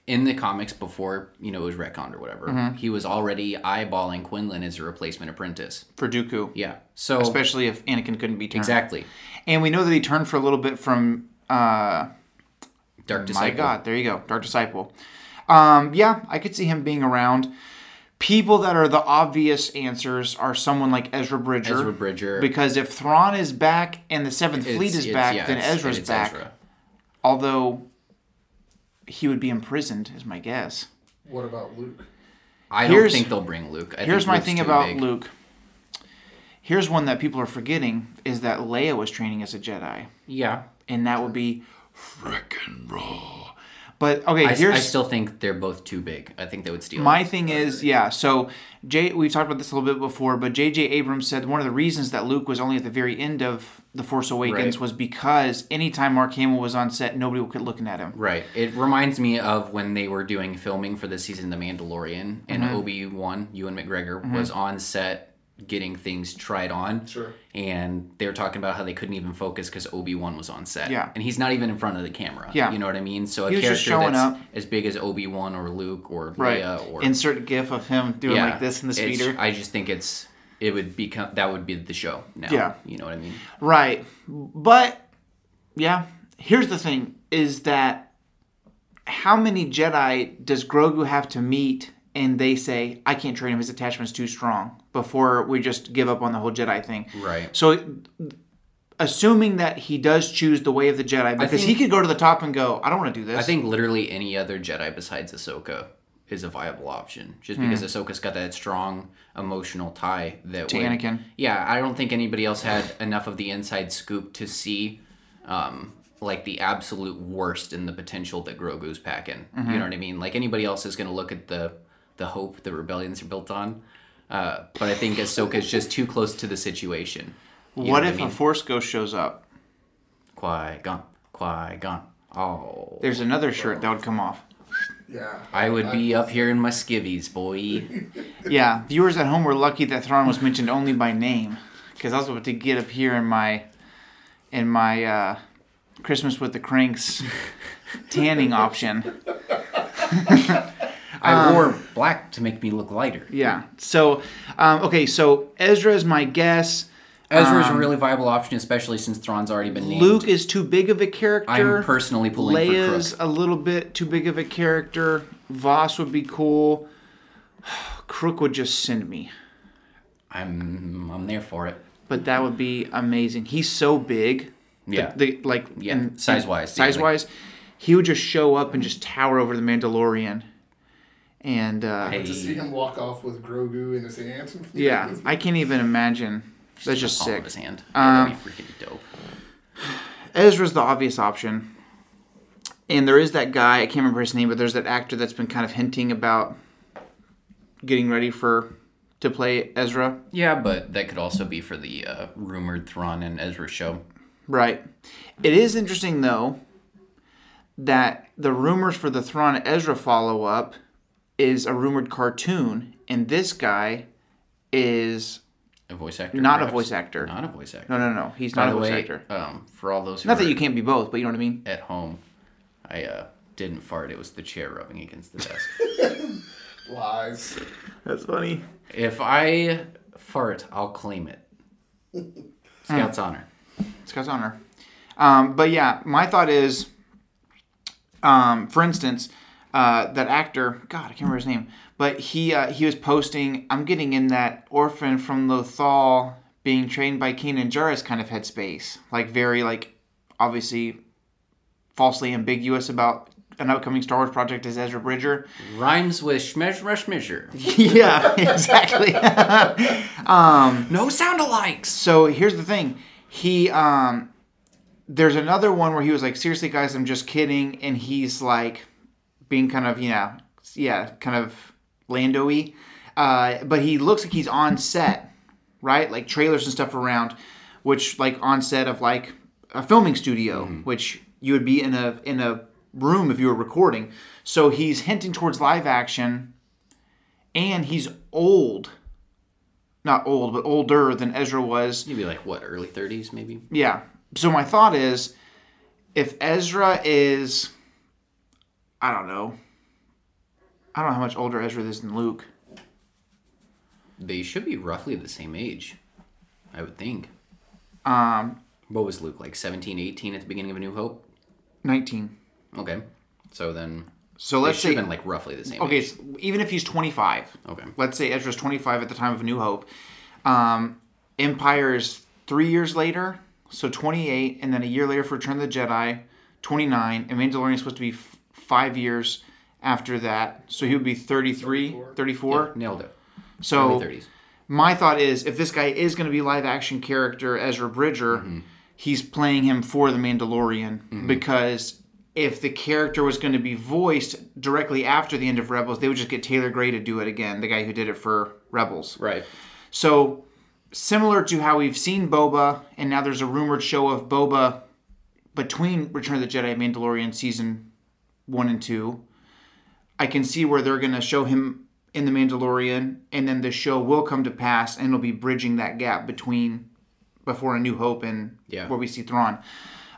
Speaker 3: in the comics before you know it was retconned or whatever,
Speaker 2: Mm-hmm.
Speaker 3: he was already eyeballing Quinlan as a replacement apprentice.
Speaker 2: for Dooku,
Speaker 3: Yeah, so
Speaker 2: especially if Anakin couldn't be turned.
Speaker 3: exactly,
Speaker 2: And we know that he turned for a little bit from uh,
Speaker 3: Dark
Speaker 2: my
Speaker 3: Disciple.
Speaker 2: God, there you go, Dark Disciple. Um, yeah, I could see him being around. people that are the obvious answers are someone like Ezra Bridger.
Speaker 3: Ezra Bridger.
Speaker 2: Because if Thrawn is back and the Seventh Fleet
Speaker 3: It's-
Speaker 2: is
Speaker 3: it's-
Speaker 2: back,
Speaker 3: yeah,
Speaker 2: then
Speaker 3: it's- and
Speaker 2: Ezra's
Speaker 3: it's
Speaker 2: back.
Speaker 3: Ezra.
Speaker 2: Although he would be imprisoned, is my guess.
Speaker 4: What about Luke?
Speaker 3: I
Speaker 2: Here's-
Speaker 3: don't think they'll bring Luke. I
Speaker 2: Here's
Speaker 3: think
Speaker 2: my
Speaker 3: Luke's
Speaker 2: thing
Speaker 3: too
Speaker 2: about
Speaker 3: big.
Speaker 2: Luke. Here's one that people are forgetting is that Leia was training as a Jedi,
Speaker 3: Yeah.
Speaker 2: and that would be frickin' raw. But okay,
Speaker 3: I, s-
Speaker 2: here's
Speaker 3: I still think they're both too big. I think they would steal.
Speaker 2: My
Speaker 3: it.
Speaker 2: thing is, yeah. So Jay, we've talked about this a little bit before, but J.J. Abrams said one of the reasons that Luke was only at the very end of the Force Awakens
Speaker 3: Right.
Speaker 2: was because anytime Mark Hamill was on set, nobody could looking at him.
Speaker 3: Right. It reminds me of when they were doing filming for the season of The Mandalorian and
Speaker 2: Mm-hmm.
Speaker 3: Obi Wan, Ewan McGregor, was on set getting things tried on.
Speaker 4: Sure.
Speaker 3: And they were talking about how they couldn't even focus because Obi Wan was on set.
Speaker 2: Yeah.
Speaker 3: And he's not even in front of the camera.
Speaker 2: Yeah.
Speaker 3: You know what I mean? So a
Speaker 2: He was
Speaker 3: character
Speaker 2: just showing
Speaker 3: that's
Speaker 2: up.
Speaker 3: as big as Obi Wan or Luke or
Speaker 2: Right.
Speaker 3: Leia or
Speaker 2: Insert gif of him doing like this in the
Speaker 3: it's-
Speaker 2: speeder.
Speaker 3: I just think it's it would become that would be the show now.
Speaker 2: Yeah.
Speaker 3: You know what I mean?
Speaker 2: Right. But yeah, here's the thing is that how many Jedi does Grogu have to meet and they say, I can't train him, his attachment's too strong before we just give up on the whole Jedi thing.
Speaker 3: Right.
Speaker 2: So assuming that he does choose the way of the Jedi, because he
Speaker 3: think-
Speaker 2: could go to the top and go, I don't want to do this.
Speaker 3: I think literally any other Jedi besides Ahsoka is a viable option,
Speaker 2: Hmm.
Speaker 3: just because Ahsoka's got that strong emotional tie that
Speaker 2: To
Speaker 3: would-
Speaker 2: Anakin.
Speaker 3: Yeah, I don't think anybody else had enough of the inside scoop to see, um, like the absolute worst in the potential that Grogu's packing.
Speaker 2: Mm-hmm.
Speaker 3: You know what I mean? Like anybody else is going to look at the the hope the rebellions are built on, uh, but I think Ahsoka is just too close to the situation. You know
Speaker 2: what
Speaker 3: I
Speaker 2: if
Speaker 3: mean?
Speaker 2: a Force Ghost shows up?
Speaker 3: Qui Gon, Qui Gon. Oh,
Speaker 2: There's another shirt that would come off.
Speaker 4: Yeah.
Speaker 3: I would be up here in my skivvies, boy.
Speaker 2: Yeah, viewers at home were lucky that Thrawn was mentioned only by name, because I was about to get up here in my, in my uh, Christmas with the Cranks tanning option.
Speaker 3: I wore black to make me look lighter.
Speaker 2: Yeah. So, um, okay, so Ezra is my guess.
Speaker 3: Ezra's a really viable option, especially since Thrawn's already been named.
Speaker 2: Luke is too big of a character.
Speaker 3: I'm personally pulling
Speaker 2: Leia's
Speaker 3: for Crook.
Speaker 2: a little bit too big of a character. Voss would be cool. Crook would just send me,
Speaker 3: I'm I'm there for it.
Speaker 2: but that would be amazing. He's so big.
Speaker 3: Yeah.
Speaker 2: the, like
Speaker 3: Yeah,
Speaker 2: in-
Speaker 3: size-wise, yeah, like-
Speaker 2: size wise, he would just show up and just tower over the Mandalorian, and uh,
Speaker 3: Hey.
Speaker 4: To see him walk off with Grogu in his hand.
Speaker 2: yeah, I can't even imagine. That's just
Speaker 3: Palm of
Speaker 2: sick. Um,
Speaker 3: his hand. Yeah, that'd be freaking dope.
Speaker 2: Ezra's the obvious option, and there is that guy I can't remember his name, but there's that actor that's been kind of hinting about getting ready for to play Ezra,
Speaker 3: Yeah, but that could also be for the uh, rumored Thrawn and Ezra show.
Speaker 2: right? It is interesting though that the rumors for the Thrawn Ezra follow up is a rumored cartoon, and this guy is
Speaker 3: A voice actor.
Speaker 2: not a
Speaker 3: perhaps?
Speaker 2: voice actor.
Speaker 3: Not a voice actor.
Speaker 2: No, no, no. He's
Speaker 3: By
Speaker 2: not a
Speaker 3: the
Speaker 2: voice
Speaker 3: way,
Speaker 2: actor.
Speaker 3: Um, for all those who
Speaker 2: Not that
Speaker 3: are
Speaker 2: you can't be both, but you know what I mean.
Speaker 3: at home, I uh, didn't fart. It was the chair rubbing against the desk.
Speaker 4: Lies.
Speaker 2: That's funny.
Speaker 3: If I fart, I'll claim it. Scout's honor.
Speaker 2: Scott's honor. Um, but yeah, my thought is, um, for instance, uh, that actor. God, I can't remember his name, but he uh, he was posting. I'm getting in that orphan from Lothal being trained by Kanan Jarrus kind of headspace, like very like obviously falsely ambiguous about an upcoming Star Wars project as Ezra Bridger.
Speaker 3: Rhymes with shmesh rush measure.
Speaker 2: yeah, exactly.
Speaker 3: No sound alikes.
Speaker 2: so here's the thing he um there's another one where he was like seriously guys i'm just kidding and he's like being kind of you know yeah kind of lando-y uh, but he looks like he's on set right like trailers and stuff around which like on set of like a filming studio which you would be in a in a room if you were recording so he's hinting towards live action and he's old not old but older than ezra was
Speaker 3: Maybe like what, early 30s maybe?
Speaker 2: yeah. So my thought is, if Ezra is, I don't know, I don't know how much older Ezra is than Luke.
Speaker 3: They should be roughly the same age, I would think.
Speaker 2: Um,
Speaker 3: What was Luke, like 17, 18 at the beginning of A New Hope?
Speaker 2: nineteen.
Speaker 3: Okay. So then
Speaker 2: So
Speaker 3: They
Speaker 2: let's
Speaker 3: should
Speaker 2: say
Speaker 3: have been like roughly the same.
Speaker 2: okay,
Speaker 3: age.
Speaker 2: so even if he's 25,
Speaker 3: Okay.
Speaker 2: let's say Ezra's 25 at the time of New Hope. Um, Empire is three years later, so 28, and then a year later for Return of the Jedi, 29. And Mandalorian is supposed to be f- five years after that, so he would be 33, 34.
Speaker 3: Nailed it.
Speaker 2: So
Speaker 3: Early 30s.
Speaker 2: my thought is, if this guy is going to be live action character Ezra Bridger, he's playing him for the Mandalorian because if the character was going to be voiced directly after the end of Rebels, they would just get Taylor Gray to do it again, the guy who did it for Rebels.
Speaker 3: Right.
Speaker 2: So similar to how we've seen Boba, and now there's a rumored show of Boba between Return of the Jedi and Mandalorian season one and two. I can see where they're gonna show him in the Mandalorian, and then the show will come to pass, and it'll be bridging that gap between before A New Hope and
Speaker 3: Yeah.
Speaker 2: where we see Thrawn.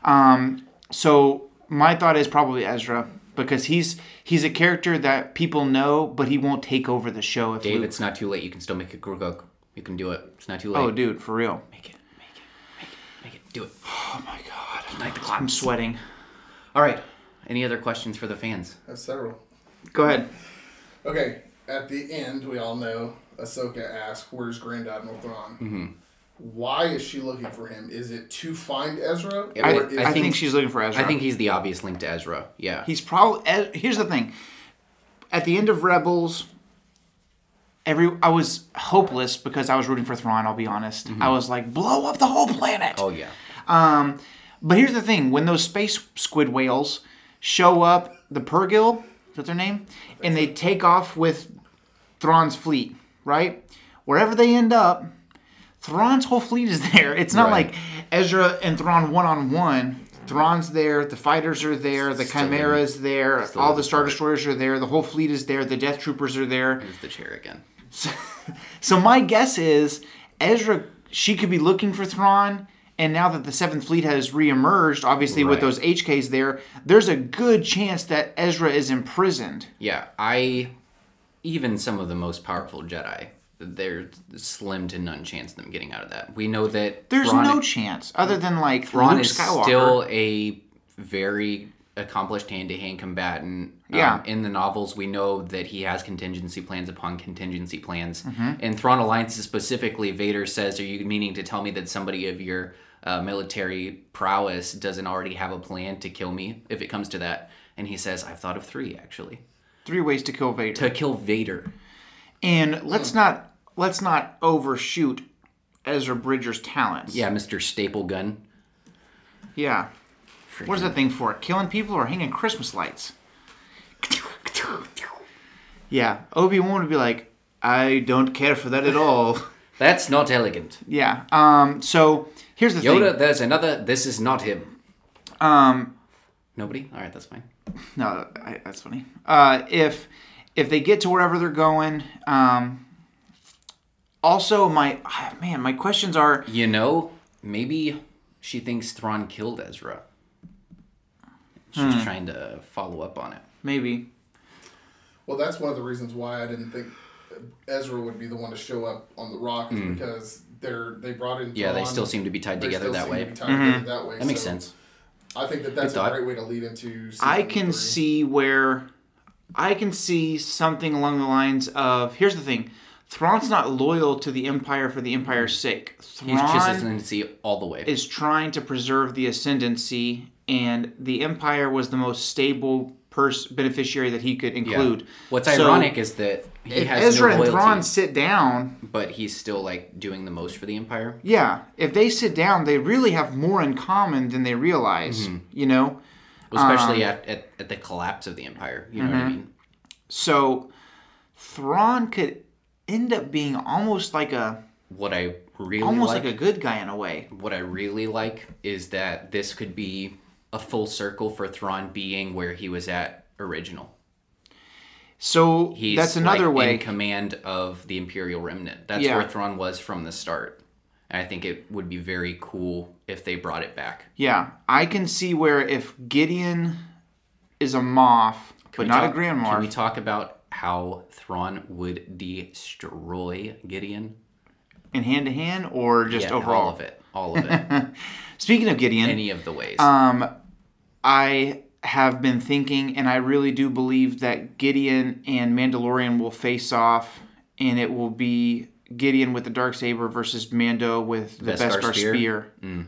Speaker 2: Um, so my thought is probably Ezra because he's he's a character that people know, but he won't take over the show if
Speaker 3: Dave,
Speaker 2: Luke-
Speaker 3: it's not too late. You can still make it Grugug. You can do it. It's not too late.
Speaker 2: Oh, dude, for real.
Speaker 3: Make it. Make it. Make it. Make it. Do it.
Speaker 2: Oh my god.
Speaker 3: Ignite the clock.
Speaker 2: I'm sweating.
Speaker 3: All right. Any other questions for the fans?
Speaker 4: That's several.
Speaker 2: Go ahead.
Speaker 4: Okay, at the end, we all know Ahsoka asks, "Where's Grand Admiral Thrawn?" Why is she looking for him? Is it to find Ezra?
Speaker 3: Yeah, I-
Speaker 4: or is
Speaker 2: I,
Speaker 3: I
Speaker 2: think,
Speaker 3: think-
Speaker 2: she's looking for Ezra.
Speaker 3: I think he's the obvious link to Ezra. Yeah.
Speaker 2: he's probably. eh, Here's the thing. At the end of Rebels, every I was hopeless because I was rooting for Thrawn. I'll be honest. I was like, blow up the whole planet.
Speaker 3: oh yeah.
Speaker 2: Um, but here's the thing: when those space squid whales show up, the Pergil, is that their name, and they take off with Thrawn's fleet, right? Wherever they end up, Thrawn's whole fleet is there. It's not
Speaker 3: Right.
Speaker 2: like Ezra and Thrawn one on one. Thrawn's there, the fighters are there, the
Speaker 3: Still
Speaker 2: Chimera is there,
Speaker 3: still
Speaker 2: all
Speaker 3: didn't
Speaker 2: the Star Destroyers are there, the whole fleet is there, the Death Troopers are there.
Speaker 3: There's the chair again.
Speaker 2: So my guess is Ezra, she could be looking for Thrawn, and now that the Seventh Fleet has reemerged, obviously with
Speaker 3: Right.
Speaker 2: those HKs there, there's a good chance that Ezra is imprisoned.
Speaker 3: Yeah. I. Even some of the most powerful Jedi, there's slim to none chance of them getting out of that. We know that
Speaker 2: There's
Speaker 3: Thrawn-
Speaker 2: no chance other than like
Speaker 3: Thrawn
Speaker 2: Luke
Speaker 3: is
Speaker 2: Skywalker.
Speaker 3: still a very accomplished hand-to-hand combatant. Um,
Speaker 2: Yeah.
Speaker 3: in the novels, we know that he has contingency plans upon contingency plans.
Speaker 2: Mm-hmm.
Speaker 3: In Thrawn Alliances specifically, Vader says, "Are you meaning to tell me that somebody of your uh, military prowess doesn't already have a plan to kill me if it comes to that?" And he says, "I've thought of three actually
Speaker 2: three ways to kill Vader.
Speaker 3: to kill Vader."
Speaker 2: and let's not let's not overshoot Ezra Bridger's talents.
Speaker 3: Yeah, Mister Staple Gun.
Speaker 2: Yeah. What is that thing for? Killing people or hanging Christmas lights? Yeah. Obi Wan would be like, I don't care for that at all.
Speaker 3: That's not elegant,
Speaker 2: Yeah. Um. So here's the
Speaker 3: Yoda.
Speaker 2: thing.
Speaker 3: There's another. This is not him.
Speaker 2: Um.
Speaker 3: Nobody. All right, that's fine.
Speaker 2: No, I, that's funny. Uh. If if they get to wherever they're going, um. Also, my ah, man, my questions are
Speaker 3: You know, maybe she thinks Thrawn killed Ezra. She's
Speaker 2: Hmm.
Speaker 3: trying to follow up on it.
Speaker 2: maybe.
Speaker 4: Well, that's one of the reasons why I didn't think Ezra would be the one to show up on the rock is because they're they brought in.
Speaker 3: Hmm. Yeah, they
Speaker 4: Thrawn.
Speaker 3: still seem to be tied
Speaker 4: They
Speaker 3: together
Speaker 4: still
Speaker 3: that
Speaker 4: seem to
Speaker 3: way.
Speaker 4: be tied
Speaker 2: Mm-hmm.
Speaker 4: together That way.
Speaker 3: That makes
Speaker 4: so
Speaker 3: sense.
Speaker 4: I think that that's
Speaker 3: Good
Speaker 4: a
Speaker 3: thought.
Speaker 4: great way to lead into. Season
Speaker 2: I can
Speaker 4: three.
Speaker 2: see where I can see something along the lines of here's the thing. Thrawn's not loyal to the Empire for the Empire's sake. Thrawn
Speaker 3: He's just as to see all the way.
Speaker 2: is trying to preserve the ascendancy, and the Empire was the most stable pers- beneficiary that he could
Speaker 3: Yeah.
Speaker 2: include.
Speaker 3: What's
Speaker 2: So,
Speaker 3: ironic is that he
Speaker 2: If
Speaker 3: has
Speaker 2: Ezra
Speaker 3: no
Speaker 2: and
Speaker 3: loyalty,
Speaker 2: Thrawn sit down,
Speaker 3: but he's still like doing the most for the Empire.
Speaker 2: yeah, if they sit down, they really have more in common than they realize,
Speaker 3: Mm-hmm.
Speaker 2: you know?
Speaker 3: Especially
Speaker 2: Um,
Speaker 3: at, at, at the collapse of the Empire. You know what I
Speaker 2: mm-hmm.
Speaker 3: mean?
Speaker 2: So Thrawn could end up being almost like a
Speaker 3: What I really
Speaker 2: almost
Speaker 3: like,
Speaker 2: like a good guy in a way.
Speaker 3: what I really like is that this could be a full circle for Thrawn being where he was at original.
Speaker 2: So
Speaker 3: He's
Speaker 2: that's another
Speaker 3: like,
Speaker 2: way.
Speaker 3: in command of the Imperial Remnant. That's
Speaker 2: Yeah.
Speaker 3: where Thrawn was from the start. And I think it would be very cool if they brought it back.
Speaker 2: Yeah, I can see where if Gideon is a moth, but
Speaker 3: We
Speaker 2: not
Speaker 3: talk-
Speaker 2: a grand
Speaker 3: Can
Speaker 2: moth.
Speaker 3: we talk about how Thrawn would destroy Gideon?
Speaker 2: in hand to hand or just
Speaker 3: Yeah,
Speaker 2: overall?
Speaker 3: all of it, all of it,
Speaker 2: Speaking of Gideon,
Speaker 3: any of the ways.
Speaker 2: um, I have been thinking, and I really do believe that Gideon and Mandalorian will face off, and it will be Gideon with the dark saber versus Mando with the
Speaker 3: Beskar
Speaker 2: Beskar spear.
Speaker 3: spear? Mm.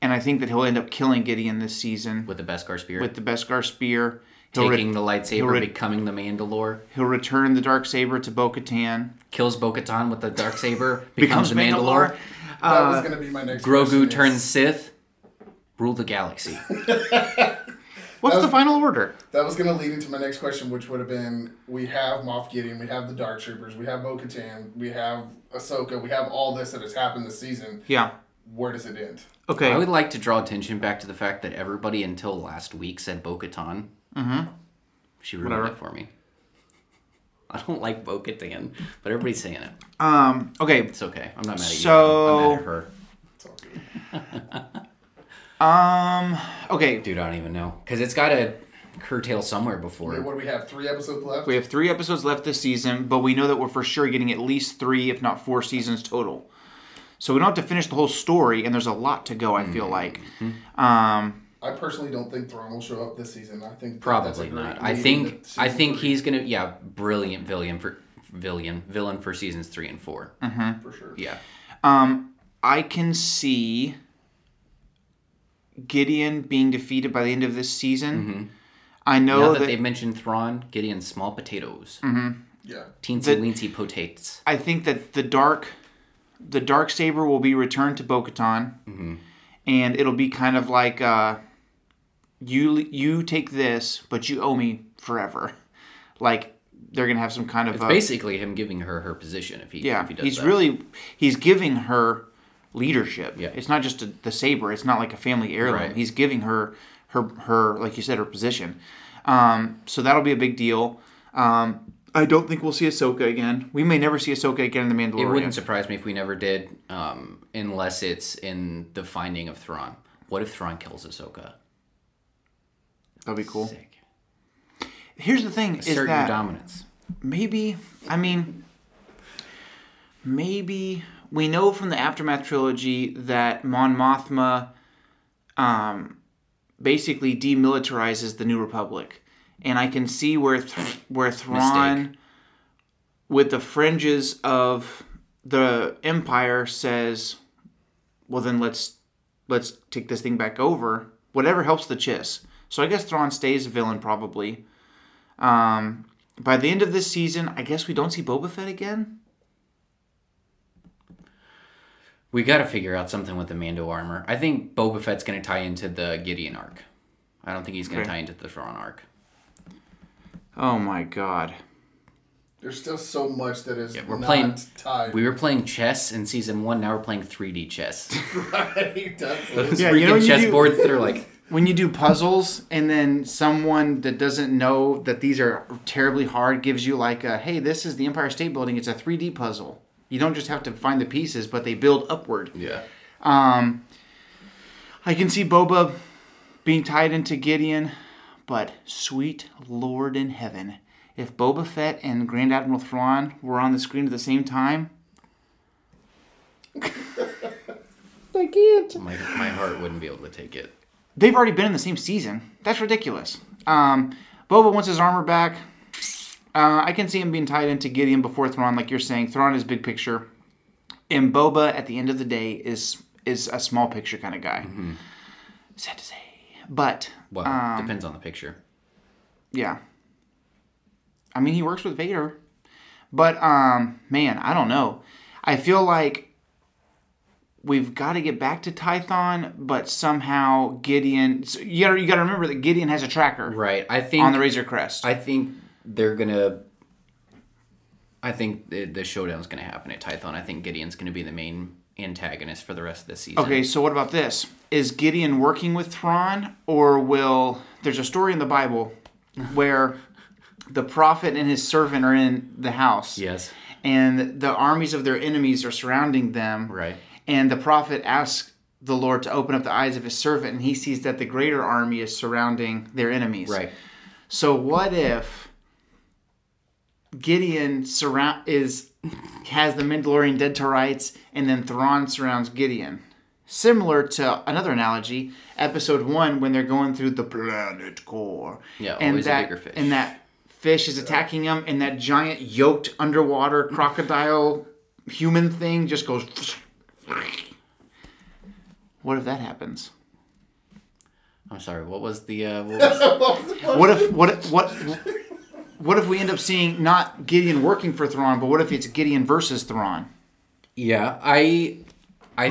Speaker 2: And I think that he'll end up killing Gideon this season
Speaker 3: with the Beskar spear,
Speaker 2: with the Beskar spear. He'll, re-
Speaker 3: taking the lightsaber,
Speaker 2: re-
Speaker 3: becoming the Mandalore,
Speaker 2: he'll return the dark saber to Bo-Katan.
Speaker 3: kills Bo-Katan with the dark saber, becomes,
Speaker 2: Becomes
Speaker 3: the Mandalore.
Speaker 2: Mandalore.
Speaker 4: That
Speaker 2: uh,
Speaker 4: was gonna be my next. question,
Speaker 3: Grogu
Speaker 4: yes.
Speaker 3: turns Sith, rule the galaxy.
Speaker 2: What's the final order?
Speaker 4: That was gonna lead into my next question, which would have been: We have Moff Gideon, we have the Dark Troopers, we have Bo-Katan, we have Ahsoka, we have all this that has happened this season.
Speaker 2: Yeah.
Speaker 4: Where does it end?
Speaker 2: Okay.
Speaker 3: I would like to draw attention back to the fact that everybody until last week said Bo-Katan. Mm-hmm. She ruined
Speaker 2: Whatever.
Speaker 3: it for me. I don't like Bo-Katan, but everybody's saying it.
Speaker 2: Um. Okay.
Speaker 3: It's okay. I'm not mad at you.
Speaker 2: So-
Speaker 3: I'm mad at her.
Speaker 4: It's all good.
Speaker 2: Um. Okay.
Speaker 3: Dude, I don't even know. Because it's got to curtail somewhere before.
Speaker 4: Okay, what do we have? Three episodes left.
Speaker 2: We have three episodes left this season, but we know that we're for sure getting at least three, if not four seasons total. So we don't have to finish the whole story, and there's a lot to go. I
Speaker 3: Mm.
Speaker 2: feel like. Um.
Speaker 4: I personally don't think Thrawn will show up this season. I think that that's
Speaker 3: Probably
Speaker 4: a great
Speaker 3: not. I
Speaker 4: lead
Speaker 3: think
Speaker 4: into season
Speaker 3: I think
Speaker 4: three,
Speaker 3: he's gonna yeah, brilliant villain for villain villain for seasons three and 4
Speaker 2: Mm-hmm.
Speaker 4: for sure.
Speaker 3: Yeah.
Speaker 2: Um. I can see Gideon being defeated by the end of this season. I
Speaker 3: Now
Speaker 2: know
Speaker 3: Mm-hmm. that,
Speaker 2: that.
Speaker 3: they've mentioned Thrawn, Gideon small potatoes.
Speaker 4: Yeah.
Speaker 3: Teensy
Speaker 2: Mm-hmm. The-
Speaker 3: weensy potates.
Speaker 2: I think that the dark, the dark saber will be returned to Bo-Katan,
Speaker 3: Mm-hmm.
Speaker 2: and it'll be kind of like uh, you you take this, but you owe me forever. Like they're gonna have some kind of
Speaker 3: It's
Speaker 2: uh,
Speaker 3: basically him giving her her position if he
Speaker 2: yeah.
Speaker 3: if he does
Speaker 2: He's
Speaker 3: that.
Speaker 2: really he's giving her leadership.
Speaker 3: Yeah.
Speaker 2: It's not just a, the saber. It's not like a family heirloom.
Speaker 3: Right.
Speaker 2: He's giving her her her like you said her position. Um, so that'll be a big deal. Um, I don't think we'll see Ahsoka again. We may never see Ahsoka again in the Mandalorian.
Speaker 3: It wouldn't surprise me if we never did, um, unless it's in the finding of Thrawn. What if Thrawn kills Ahsoka?
Speaker 2: That'd be cool.
Speaker 3: Sick.
Speaker 2: Here's the thing: is
Speaker 3: Assert your
Speaker 2: that
Speaker 3: dominance.
Speaker 2: maybe? I mean, maybe we know from the aftermath trilogy that Mon Mothma, um, basically demilitarizes the New Republic, and I can see where th- where Thrawn, with the fringes of the Empire, says, "Well, then let's let's take this thing back over. Whatever helps the Chiss." So I guess Thrawn stays a villain probably. Um, by the end of this season, I guess we don't see Boba Fett again.
Speaker 3: We got to figure out something with the Mando armor. I think Boba Fett's going to tie into the Gideon arc. I don't think he's going to
Speaker 2: Okay.
Speaker 3: tie into the Thrawn arc.
Speaker 2: Oh my god.
Speaker 4: There's still so much that is
Speaker 3: we're
Speaker 4: not
Speaker 3: playing-
Speaker 4: tied.
Speaker 3: We were playing chess in season one. Now we're playing 3D chess.
Speaker 4: right? That's
Speaker 3: Those
Speaker 2: Yeah,
Speaker 3: freaking
Speaker 2: you know, you
Speaker 3: chess
Speaker 2: do-
Speaker 3: boards that are like
Speaker 2: When you do puzzles and then someone that doesn't know that these are terribly hard gives you like a hey, this is the Empire State Building, it's a 3D puzzle. You don't just have to find the pieces, but they build upward.
Speaker 3: yeah.
Speaker 2: Um I can see Boba being tied into Gideon, but sweet lord in heaven, if Boba Fett and Grand Admiral Thrawn were on the screen at the same time, I can't.
Speaker 3: My, my heart wouldn't be able to take it.
Speaker 2: They've already been in the same season. That's ridiculous. Um, Boba wants his armor back. Uh, I can see him being tied into Gideon before Thrawn, like you're saying. Thrawn is big picture, and Boba at the end of the day is is a small picture kind of guy. Sad to say, but
Speaker 3: Well,
Speaker 2: Um,
Speaker 3: depends on the picture.
Speaker 2: yeah. I mean, he works with Vader, but um, man, I don't know. I feel like we've got to get back to Tython, but somehow Gideon. So you got to you got to remember that Gideon has a tracker
Speaker 3: Right. I think
Speaker 2: on the Razor Crest.
Speaker 3: I think they're gonna. I think the, the showdown's gonna happen at Tython. I think Gideon's gonna be the main antagonist for the rest of the season.
Speaker 2: okay, so what about this? Is Gideon working with Thrawn, or will there's a story in the Bible where the prophet and his servant are in the house?
Speaker 3: Yes.
Speaker 2: and the armies of their enemies are surrounding them.
Speaker 3: Right.
Speaker 2: And the prophet asks the Lord to open up the eyes of his servant, and he sees that the greater army is surrounding their enemies.
Speaker 3: Right.
Speaker 2: So what if Gideon surround is has the Mandalorian dead to rights, and then Thrawn surrounds Gideon? Similar to another analogy, episode one, when they're going through the planet core.
Speaker 3: Yeah,
Speaker 2: and
Speaker 3: always a
Speaker 2: that,
Speaker 3: bigger fish.
Speaker 2: And that fish is attacking them, and that giant yoked underwater crocodile human thing just goes. What if that happens?
Speaker 3: I'm sorry. What was the? Uh, what was,
Speaker 2: What if what if- what what if we end up seeing not Gideon working for Thrawn, but what if it's Gideon versus Thrawn?
Speaker 3: yeah, I, I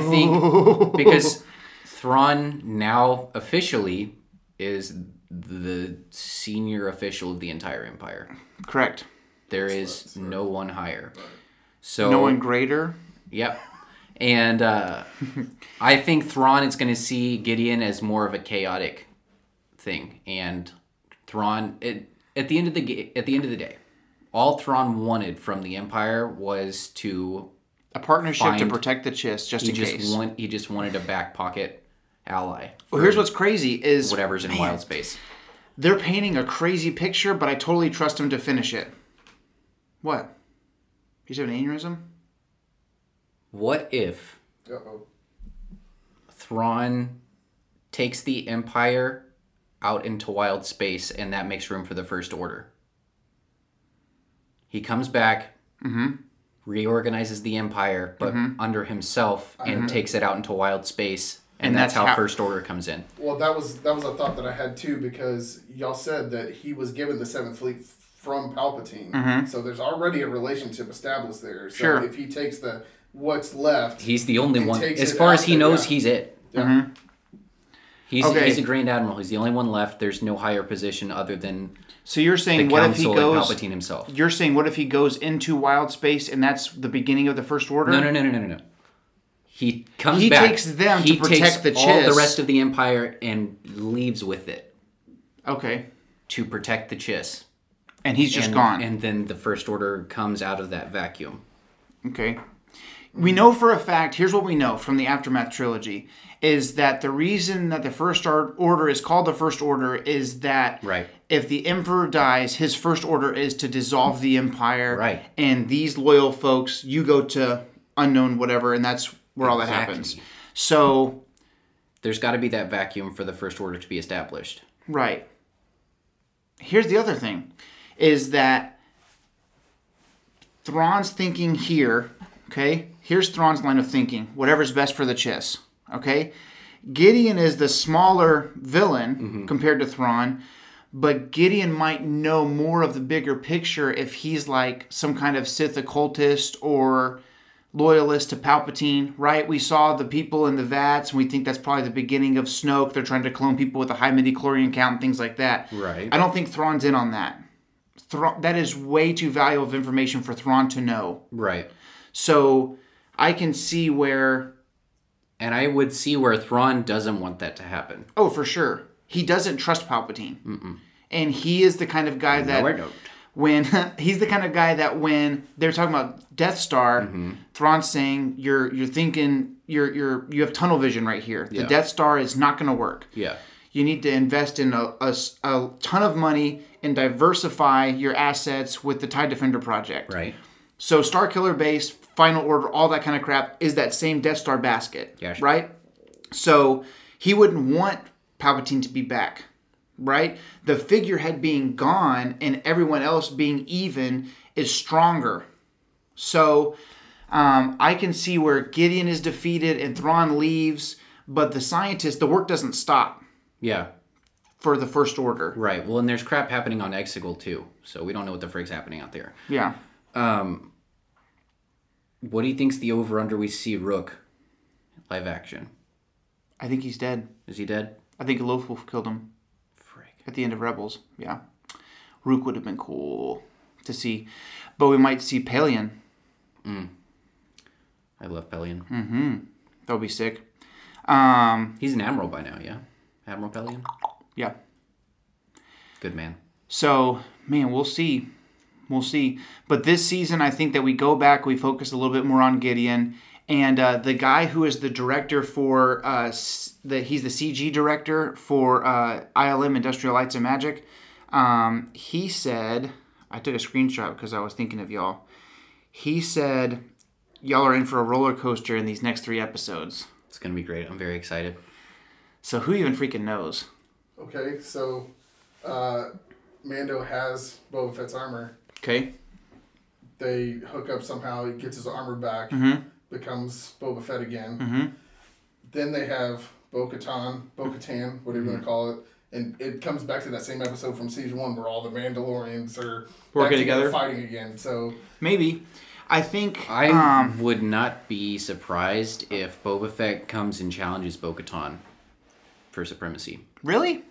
Speaker 3: think because Thrawn now officially is the senior official of the entire empire.
Speaker 2: Correct.
Speaker 3: There is no one higher. So
Speaker 2: No one greater.
Speaker 3: Yep. And uh, I think Thrawn is going to see Gideon as more of a chaotic thing, and Thrawn it, at the end of the ga- at the end of the day, all Thrawn wanted from the Empire was to
Speaker 2: A partnership to
Speaker 3: Find-
Speaker 2: protect the chist, just
Speaker 3: he
Speaker 2: in
Speaker 3: just
Speaker 2: case.
Speaker 3: want he just wanted a back pocket ally.
Speaker 2: Well, here's what's crazy is
Speaker 3: Whatever's in
Speaker 2: man,
Speaker 3: wild space.
Speaker 2: They're painting a crazy picture, but I totally trust him to finish it. What? He's having an aneurysm.
Speaker 3: What if
Speaker 4: Uh-oh.
Speaker 3: Thrawn takes the Empire out into wild space, and that makes room for the First Order. He comes back, reorganizes the Empire, but under himself, and takes it out into wild space, Mm-hmm. and,
Speaker 2: And
Speaker 3: that's,
Speaker 2: that's
Speaker 3: how,
Speaker 2: how-
Speaker 3: First Order comes in.
Speaker 4: Well, that was that was a thought that I had too because y'all said that he was given the Seventh Fleet from Palpatine,
Speaker 3: Mm-hmm.
Speaker 4: so there's already a relationship established there. So
Speaker 2: Sure.
Speaker 4: If he takes the what's left,
Speaker 3: He's the only
Speaker 4: He
Speaker 3: one,
Speaker 4: takes
Speaker 3: as
Speaker 4: it
Speaker 3: far
Speaker 4: out
Speaker 3: as he
Speaker 4: there,
Speaker 3: knows,
Speaker 4: yeah.
Speaker 3: he's it. Mm-hmm.
Speaker 4: Yeah.
Speaker 3: He's,
Speaker 2: Okay.
Speaker 3: he's a Grand Admiral. He's the only one left. There's no higher position other than
Speaker 2: So you're saying
Speaker 3: the
Speaker 2: what if he
Speaker 3: Council
Speaker 2: goes?
Speaker 3: and Palpatine himself.
Speaker 2: You're saying what if he goes into wild space and that's the beginning of the first order?
Speaker 3: No, no, no, no, no, no, no. He comes
Speaker 2: He
Speaker 3: back.
Speaker 2: takes them to protect the
Speaker 3: all the
Speaker 2: Chiss.
Speaker 3: rest of the empire and leaves with it
Speaker 2: Okay,
Speaker 3: to protect the Chiss.
Speaker 2: and he's just
Speaker 3: and,
Speaker 2: gone.
Speaker 3: And then the First Order comes out of that vacuum.
Speaker 2: Okay.
Speaker 3: Hmm.
Speaker 2: We know for a fact, here's what we know from the Aftermath trilogy is that the reason that the First Ar- Order is called the First Order is that
Speaker 3: Right.
Speaker 2: if the Emperor dies, his first order is to dissolve the Empire.
Speaker 3: Right.
Speaker 2: And these loyal folks, you go to unknown whatever, and that's where all that
Speaker 3: Exactly.
Speaker 2: happens. So,
Speaker 3: There's got to be that vacuum for the First Order to be established.
Speaker 2: right. Here's the other thing is that Thrawn's thinking here, okay? Here's Thrawn's line of thinking whatever's best for the Chiss, okay? Gideon is the smaller villain compared to Thrawn, but Gideon might know more of the bigger picture if he's like some kind of Sith occultist or loyalist to Palpatine, right? We saw the people in the vats, and we think that's probably the beginning of Snoke. They're trying to clone people with a high midichlorian count and things like that.
Speaker 3: Right.
Speaker 2: I don't think Thrawn's in on that. Thra- that is way too valuable of information for Thrawn to know.
Speaker 3: Right.
Speaker 2: So I can see where
Speaker 3: And I would see where Thrawn doesn't want that to happen.
Speaker 2: oh for sure he doesn't trust Palpatine, and he is the kind of guy that
Speaker 3: No, I don't.
Speaker 2: when he's the kind of guy that when they're talking about Death Star,
Speaker 3: Mm-hmm.
Speaker 2: Thrawn's saying you're you're thinking you're you're you have tunnel vision right here. The
Speaker 3: Yeah.
Speaker 2: Death Star is not going to work.
Speaker 3: Yeah.
Speaker 2: you need to invest in a, a s- a ton of money and diversify your assets with the Tide Defender project.
Speaker 3: Right.
Speaker 2: So Star Killer Base, Final Order, all that kind of crap is that same Death Star basket.
Speaker 3: Yeah, sure.
Speaker 2: Right? So he wouldn't want Palpatine to be back. Right? The figurehead being gone and everyone else being even is stronger. So um, I can see where Gideon is defeated and Thrawn leaves, but the scientist, the work doesn't stop
Speaker 3: Yeah.
Speaker 2: for the First Order.
Speaker 3: Right. Well, and there's crap happening on Exegol too, so we don't know what the frig's happening out there.
Speaker 2: Yeah.
Speaker 3: Um, what do you think's the over under we see Rook live action?
Speaker 2: I think he's dead.
Speaker 3: Is he dead?
Speaker 2: I think Loaf Wolf killed him.
Speaker 3: Frick.
Speaker 2: at the end of Rebels. Yeah, Rook would have been cool to see, but we might see Paleon.
Speaker 3: I love Pelion.
Speaker 2: Hmm. That would be sick. Um,
Speaker 3: He's an admiral by now, yeah? Admiral Pelion?
Speaker 2: yeah.
Speaker 3: Good man.
Speaker 2: So man, we'll see. We'll see. But this season, I think that we go back, we focus a little bit more on Gideon. And uh, the guy who is the director for uh, s- the he's the CG director for uh, ILM Industrial Lights and Magic. Um, he said, I took a screenshot because I was thinking of y'all. He said, "Y'all are in for a roller coaster in these next three episodes."
Speaker 3: It's gonna be great. I'm very excited.
Speaker 2: So who even freaking knows?
Speaker 4: Okay, so uh, Mando has Boba Fett's armor.
Speaker 2: Okay.
Speaker 4: They hook up somehow. He gets his armor back.
Speaker 2: Mm-hmm.
Speaker 4: Becomes Boba Fett again. Then they have Bo Katan, Bo Katan,
Speaker 2: Mm-hmm.
Speaker 4: whatever you want to call it. And it comes back to that same episode from season one where all the Mandalorians are
Speaker 2: Working
Speaker 4: back
Speaker 2: together.
Speaker 4: fighting again. So
Speaker 2: Maybe. I think.
Speaker 3: I
Speaker 2: um,
Speaker 3: would not be surprised if Boba Fett comes and challenges Bo Katan for supremacy.
Speaker 2: really,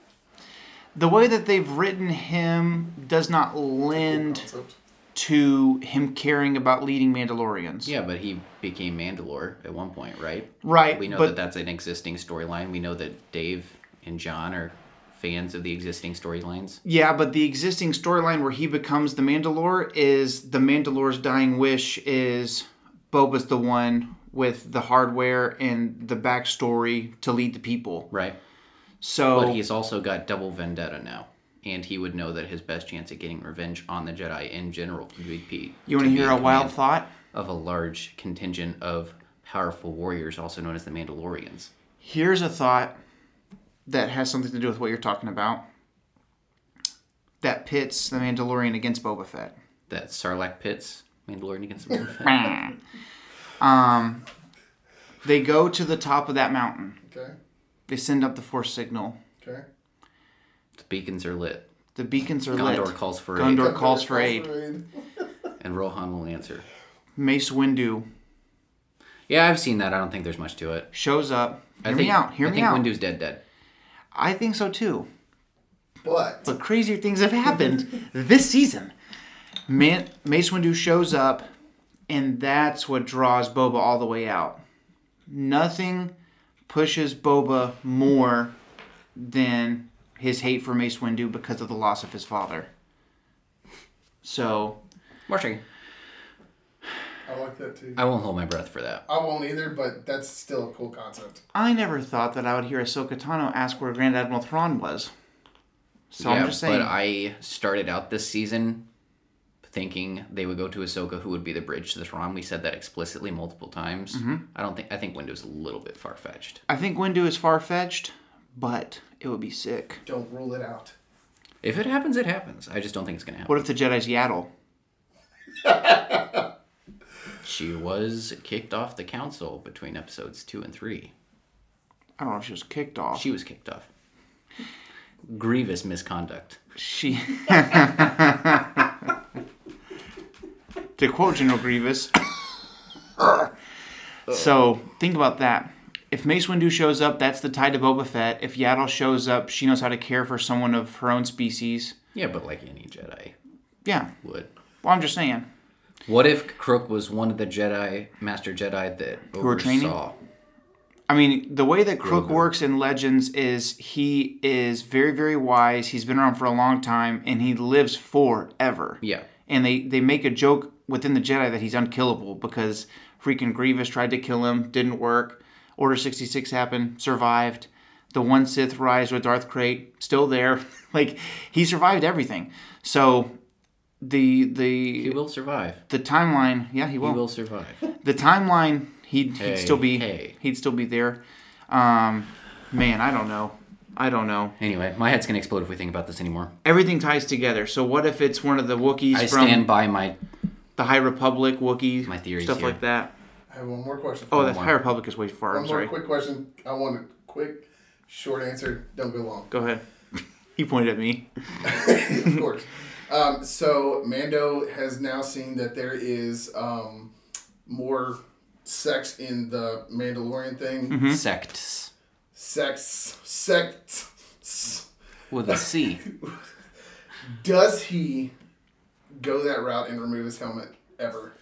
Speaker 2: the way that they've written him does not lend
Speaker 4: concept.
Speaker 2: to him caring about leading Mandalorians.
Speaker 3: Yeah, but he became Mandalore at one point, right?
Speaker 2: Right.
Speaker 3: We know
Speaker 2: but
Speaker 3: that that's an existing storyline. We know that Dave and John are fans of the existing storylines.
Speaker 2: Yeah, but the existing storyline where he becomes the Mandalore is the Mandalore's dying wish is Boba's the one with the hardware and the backstory to lead the people.
Speaker 3: Right.
Speaker 2: So
Speaker 3: But he's also got double vendetta now. And he would know that his best chance at getting revenge on the Jedi in general would be
Speaker 2: you want to
Speaker 3: be
Speaker 2: hear
Speaker 3: in
Speaker 2: a wild
Speaker 3: command
Speaker 2: thought?
Speaker 3: of a large contingent of powerful warriors, also known as the Mandalorians.
Speaker 2: Here's a thought that has something to do with what you're talking about. That pits the Mandalorian against Boba Fett.
Speaker 3: That Sarlacc pits Mandalorian against the Boba Fett.
Speaker 2: um, they go to the top of that mountain.
Speaker 4: Okay,
Speaker 2: They send up the force signal.
Speaker 4: okay.
Speaker 3: The beacons are lit.
Speaker 2: The beacons are lit.
Speaker 3: Gondor calls for
Speaker 2: Gondor-
Speaker 3: aid,
Speaker 2: calls for aid.
Speaker 3: and Rohan will answer.
Speaker 2: Mace Windu
Speaker 3: Yeah, I've seen that. I don't think there's much to it.
Speaker 2: shows up. Hear
Speaker 3: I
Speaker 2: me
Speaker 3: think,
Speaker 2: out. Hear
Speaker 3: I
Speaker 2: me
Speaker 3: think
Speaker 2: out.
Speaker 3: Windu's dead, dead.
Speaker 2: I think so too.
Speaker 4: But
Speaker 2: But crazier things have happened this season. Man, Mace Windu shows up, and that's what draws Boba all the way out. Nothing pushes Boba more than his hate for Mace Windu because of the loss of his father. So,
Speaker 3: Marching.
Speaker 4: I like that too.
Speaker 3: I won't hold my breath for that.
Speaker 4: I won't either, but that's still a cool concept.
Speaker 2: I never thought that I would hear Ahsoka Tano ask where Grand Admiral Thrawn was. So
Speaker 3: yeah,
Speaker 2: I'm just saying.
Speaker 3: but I started out this season thinking they would go to Ahsoka, who would be the bridge to the Thrawn. We said that explicitly multiple times.
Speaker 2: Mm-hmm.
Speaker 3: I don't think I think Windu's a little bit far fetched.
Speaker 2: I think Windu is far fetched, but it would be sick.
Speaker 4: Don't rule it out.
Speaker 3: If it happens, it happens. I just don't think it's gonna happen.
Speaker 2: What if the Jedi's Yaddle?
Speaker 3: She was kicked off the council between episodes two and three.
Speaker 2: I don't know if she was kicked off.
Speaker 3: She was kicked off. Grievous misconduct.
Speaker 2: She. to quote General Grievous. so think about that. If Mace Windu shows up, that's the tie to Boba Fett. If Yaddle shows up, she knows how to care for someone of her own species.
Speaker 3: Yeah, but like any Jedi
Speaker 2: Yeah.
Speaker 3: would.
Speaker 2: Well, I'm just saying.
Speaker 3: What if Crook was one of the Jedi Master Jedi that
Speaker 2: were training?
Speaker 3: oversaw?
Speaker 2: I mean, the way that Crook works in Legends is he is very, very wise. He's been around for a long time, and he lives forever.
Speaker 3: Yeah.
Speaker 2: And they they make a joke within the Jedi that he's unkillable because freaking Grievous tried to kill him, didn't work. Order sixty six happened, survived. The one Sith rise with Darth Crate, still there. like he survived everything. So the
Speaker 3: He
Speaker 2: the
Speaker 3: will survive.
Speaker 2: the timeline, yeah, he will.
Speaker 3: He will survive.
Speaker 2: The timeline, he'd, he'd still be
Speaker 3: hey.
Speaker 2: he'd still be there. Um, man, I don't know. I don't know.
Speaker 3: Anyway, my head's gonna explode if we think about this anymore.
Speaker 2: Everything ties together. So what if it's one of the Wookiees
Speaker 3: I
Speaker 2: from
Speaker 3: stand by my.
Speaker 2: the High Republic, Wookiee,
Speaker 3: My theory's
Speaker 2: stuff
Speaker 3: here.
Speaker 2: like that?
Speaker 4: I have one more question.
Speaker 2: Oh,
Speaker 4: for
Speaker 2: that
Speaker 4: you.
Speaker 2: High Republic is way far.
Speaker 4: one
Speaker 2: I'm
Speaker 4: more
Speaker 2: sorry.
Speaker 4: quick question. I want a quick, short answer. Don't go long.
Speaker 2: Go ahead. he pointed at me.
Speaker 4: of course. Um, so Mando has now seen that there is um, more sex in the Mandalorian thing.
Speaker 2: Mm-hmm. Hmm?
Speaker 3: Sects
Speaker 4: Sex, sects.
Speaker 3: with a C.
Speaker 4: Does he go that route and remove his helmet ever?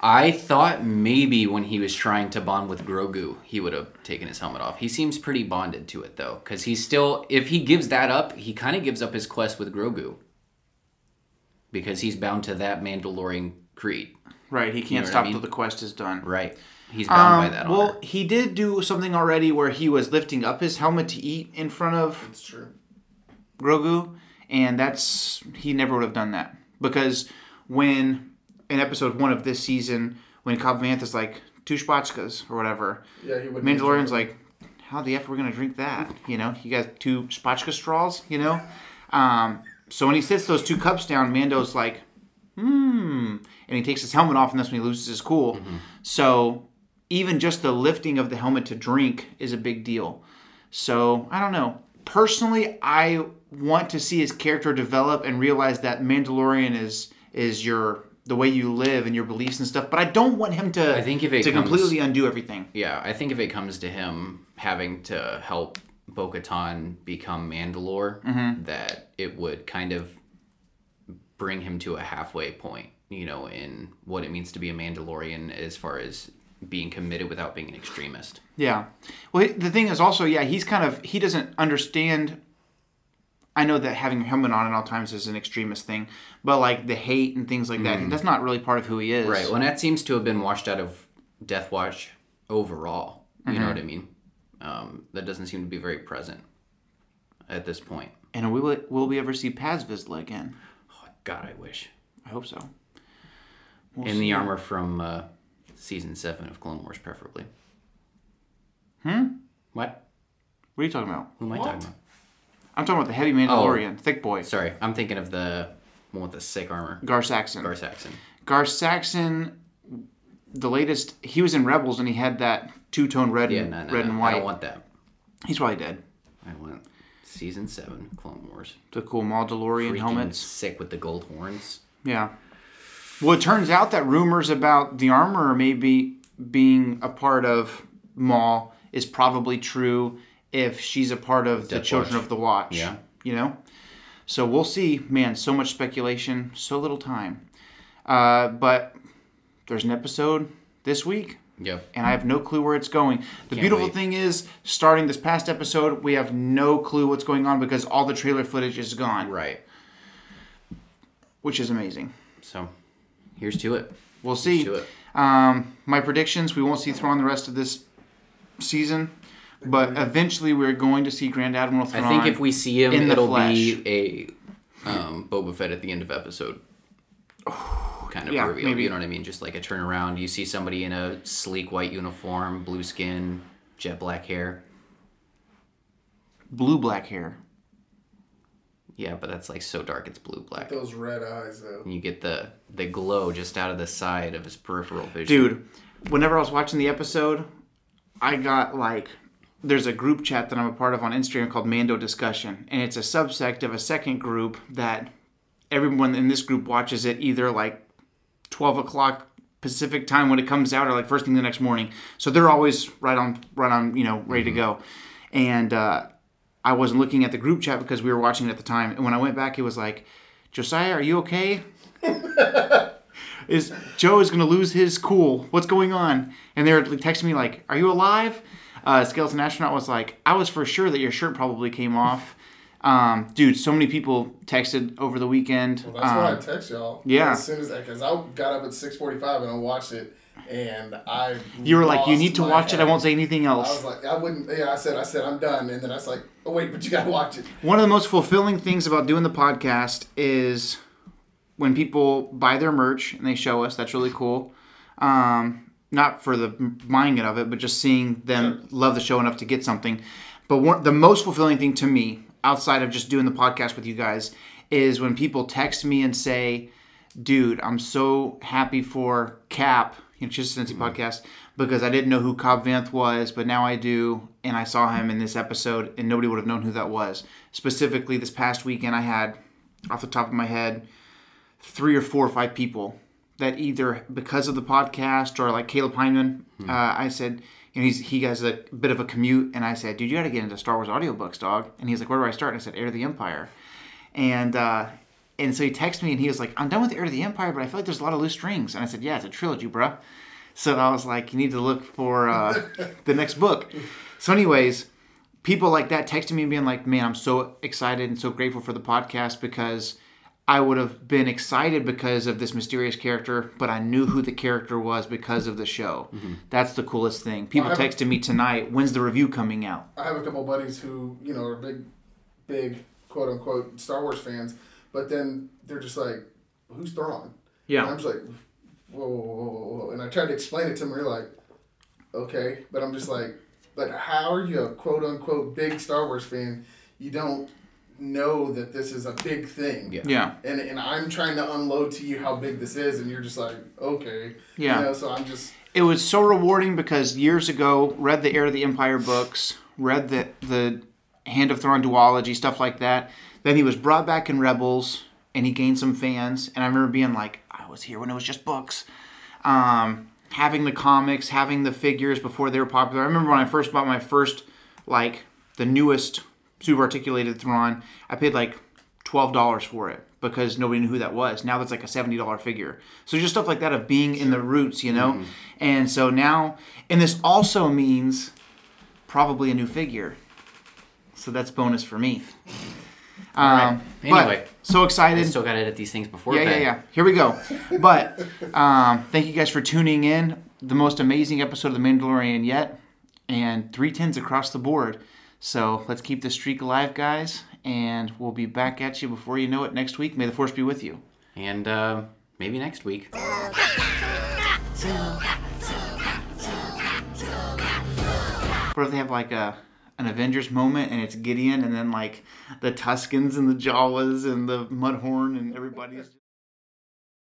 Speaker 3: I thought maybe when he was trying to bond with Grogu, he would have taken his helmet off. He seems pretty bonded to it though, because he's still. If he gives that up, he kind of gives up his quest with Grogu, because he's bound to that Mandalorian creed.
Speaker 2: Right, he can't
Speaker 3: what I
Speaker 2: stop
Speaker 3: mean?
Speaker 2: till the quest is done.
Speaker 3: Right. He's bound
Speaker 2: Um,
Speaker 3: by that
Speaker 2: well,
Speaker 3: honor.
Speaker 2: he did do something already where he was lifting up his helmet to eat in front of
Speaker 4: It's true.
Speaker 2: Grogu, and that's he never would have done that because when in episode one of this season, when Cobb Vanth is like, two spotchkas or whatever.
Speaker 4: Yeah, he would.
Speaker 2: Mandalorian's like, how the f we're gonna drink that? You know, you got two spotchka straws. You know, um, so when he sits those two cups down, Mando's like, hmm, and he takes his helmet off, and that's when he loses his cool.
Speaker 3: Mm-hmm.
Speaker 2: So even just the lifting of the helmet to drink is a big deal. So I don't know. Personally, I want to see his character develop and realize that Mandalorian is is your the way you live and your beliefs and stuff. But I don't want him to
Speaker 3: I think if it
Speaker 2: to
Speaker 3: comes-
Speaker 2: completely undo everything.
Speaker 3: Yeah, I think if it comes to him having to help Bo Katan become Mandalore, that it would kind of bring him to a halfway point, you know, in what it means to be a Mandalorian as far as being committed without being an extremist.
Speaker 2: Yeah. Well, he- the thing is also, yeah, he's kind of he doesn't understand. I know that having a helmet on at all times is an extremist thing, but like the hate and things like that, that's not really part of who he is.
Speaker 3: Hmm. Right. Well, and that seems to have been washed out of Death Watch overall. You know what I mean? Um, that doesn't seem to be very present at this point.
Speaker 2: And we will, will we ever see Paz Vizsla again?
Speaker 3: Oh, God, I wish.
Speaker 2: I hope so.
Speaker 3: in the armor from uh, season seven of Clone Wars, preferably. Hmm. What?
Speaker 2: Hmm? What are you talking about?
Speaker 3: Who am I
Speaker 4: What?
Speaker 3: talking about?
Speaker 2: I'm talking about the
Speaker 3: Oh.
Speaker 2: heavy Mandalorian, thick boy,
Speaker 3: Sorry, I'm thinking of the one with the sick armor,
Speaker 2: Gar Saxon.
Speaker 3: Gar Saxon.
Speaker 2: Gar Saxon, the latest, he was in Rebels and he had that two tone red
Speaker 3: Yeah,
Speaker 2: and
Speaker 3: no, no,
Speaker 2: red
Speaker 3: no,
Speaker 2: and
Speaker 3: I
Speaker 2: white.
Speaker 3: don't want that.
Speaker 2: He's probably dead.
Speaker 3: I want season seven Clone Wars.
Speaker 2: The cool Mandalorian
Speaker 3: Freaking
Speaker 2: helmets.
Speaker 3: sick with the gold horns.
Speaker 2: Yeah. Well, it turns out that rumors about the armorer maybe being a part of Maul is probably true if she's a part of the
Speaker 3: Death
Speaker 2: Children
Speaker 3: Watch.
Speaker 2: of the Watch.
Speaker 3: Yeah.
Speaker 2: You know? So we'll see. Man, so much speculation, so little time. Uh, but there's an episode this week
Speaker 3: Yep.
Speaker 2: and I have no clue where it's going. The
Speaker 3: Can't
Speaker 2: beautiful
Speaker 3: wait.
Speaker 2: thing is, starting this past episode, we have no clue what's going on because all the trailer footage is gone,
Speaker 3: Right.
Speaker 2: which is amazing.
Speaker 3: So, here's to it.
Speaker 2: We'll
Speaker 3: Here's
Speaker 2: see.
Speaker 3: to it.
Speaker 2: Um, my predictions: we won't see Thrawn the rest of this season, but eventually we're going to see Grand Admiral Thrawn.
Speaker 3: I think if we see him,
Speaker 2: in the
Speaker 3: it'll be a um, Boba Fett at the end of episode. Kind of
Speaker 2: Yeah,
Speaker 3: reveal,
Speaker 2: maybe.
Speaker 3: you know what I mean? Just like a turnaround. You see somebody in a sleek white uniform, blue skin, jet black hair.
Speaker 2: blue black hair,
Speaker 3: Yeah, but that's like so dark it's blue black.
Speaker 4: Those red eyes though.
Speaker 2: um,
Speaker 3: And you get the the glow just out of the side of his peripheral vision.
Speaker 2: dude. Whenever I was watching the episode, I got like. There's a group chat that I'm a part of on Instagram called Mando Discussion, and it's a subsect of a second group that everyone in this group watches it either like 12 o'clock Pacific time when it comes out, or like first thing the next morning. So they're always right on, right on, you know, ready
Speaker 4: Mm-hmm.
Speaker 2: to go. And uh, I wasn't looking at the group chat because we were watching it at the time. And when I went back, it was like, Josiah, are you okay? is Joe is gonna lose his cool? What's going on? And they're like, texting me like, are you alive? Uh, Skeleton astronaut was like, I was for sure that your shirt probably came off. Um, dude, so many people texted over the weekend.
Speaker 4: Well, that's
Speaker 2: um,
Speaker 4: why I text y'all.
Speaker 2: yeah.
Speaker 4: As soon as that, because I got up at six forty-five and I watched it, and I.
Speaker 2: You were like, you
Speaker 4: lost
Speaker 2: need to
Speaker 4: my
Speaker 2: watch it. I
Speaker 4: head.
Speaker 2: won't say anything
Speaker 4: I was
Speaker 2: else.
Speaker 4: like, I wouldn't. Yeah, I said, I said, I'm done, and then I was like, oh wait, but you gotta watch it.
Speaker 2: One of the most fulfilling things about doing the podcast is when people buy their merch and they show us. That's really cool. Um, not for the buying it of it, but just seeing them love the show enough to get something. But one, the most fulfilling thing to me, outside of just doing the podcast with you guys, is when people text me and say, dude, I'm so happy for Cap, you know, Consistency Podcast, because I didn't know who Cobb Vanth was, but now I do, and I saw him in this episode, and nobody would have known who that was. Specifically, this past weekend, I had, off the top of my head, three or four or five people that either because of the podcast or like Caleb Heineman, uh, I said, you know, he's he has a bit of a commute, and I said, dude, you got to get into Star Wars audiobooks, dog. And he's like, where do I start? And I said, Air of the Empire, and uh, and so he texted me, and he was like, I'm done with Air of the Empire, but I feel like there's a lot of loose strings. And I said, yeah, it's a trilogy, bruh. So I was like, you need to look for uh, the next book. So, anyways, people like that texting me and being like, man, I'm so excited and so grateful for the podcast because I would have been excited because of this mysterious character, but I knew who the character was because of the show. That's the coolest thing. People
Speaker 4: Mm-hmm. I have-
Speaker 2: texted me tonight, when's the review coming out?
Speaker 4: I have a couple buddies who you know are big, big quote unquote Star Wars fans, but then they're just like, who's Thrawn? And I'm just like, whoa, whoa, whoa, whoa, whoa. and I tried to explain it to them. You're like, okay, but I'm just like, but how are you a quote unquote big Star Wars fan? You don't know that this is a big thing.
Speaker 3: Yeah.
Speaker 2: Yeah.
Speaker 4: And, and I'm trying to unload to you how big this is, and you're just like, okay.
Speaker 2: Yeah.
Speaker 4: You know, so I'm just,
Speaker 2: It was so rewarding because years ago, read the Heir of the Empire books, read the the Hand of Thorn duology, stuff like that. Then he was brought back in Rebels, and he gained some fans. And I remember being like, I was here when it was just books. Um, having the comics, having the figures before they were popular. I remember when I first bought my first, like the newest super articulated Thrawn, I paid like twelve dollars for it because nobody knew who that was. Now that's like a seventy dollar figure. So just stuff like that of being in the roots, you know. And so now, and this also means probably a new figure. So that's bonus for me. Um, but
Speaker 3: Anyway.
Speaker 2: so excited.
Speaker 3: I still got to edit these things before.
Speaker 2: Yeah, yeah,
Speaker 3: bed.
Speaker 2: yeah. Here we go. But um, thank you guys for tuning in. The most amazing episode of The Mandalorian yet, and three tens across the board. So let's keep the streak alive, guys, and we'll be back at you before you know it next week. May the force be with you.
Speaker 3: And uh, maybe next week.
Speaker 2: What if they have like a an Avengers moment and it's Gideon, and then like the Tuskens and the Jawas and the Mudhorn and everybody's.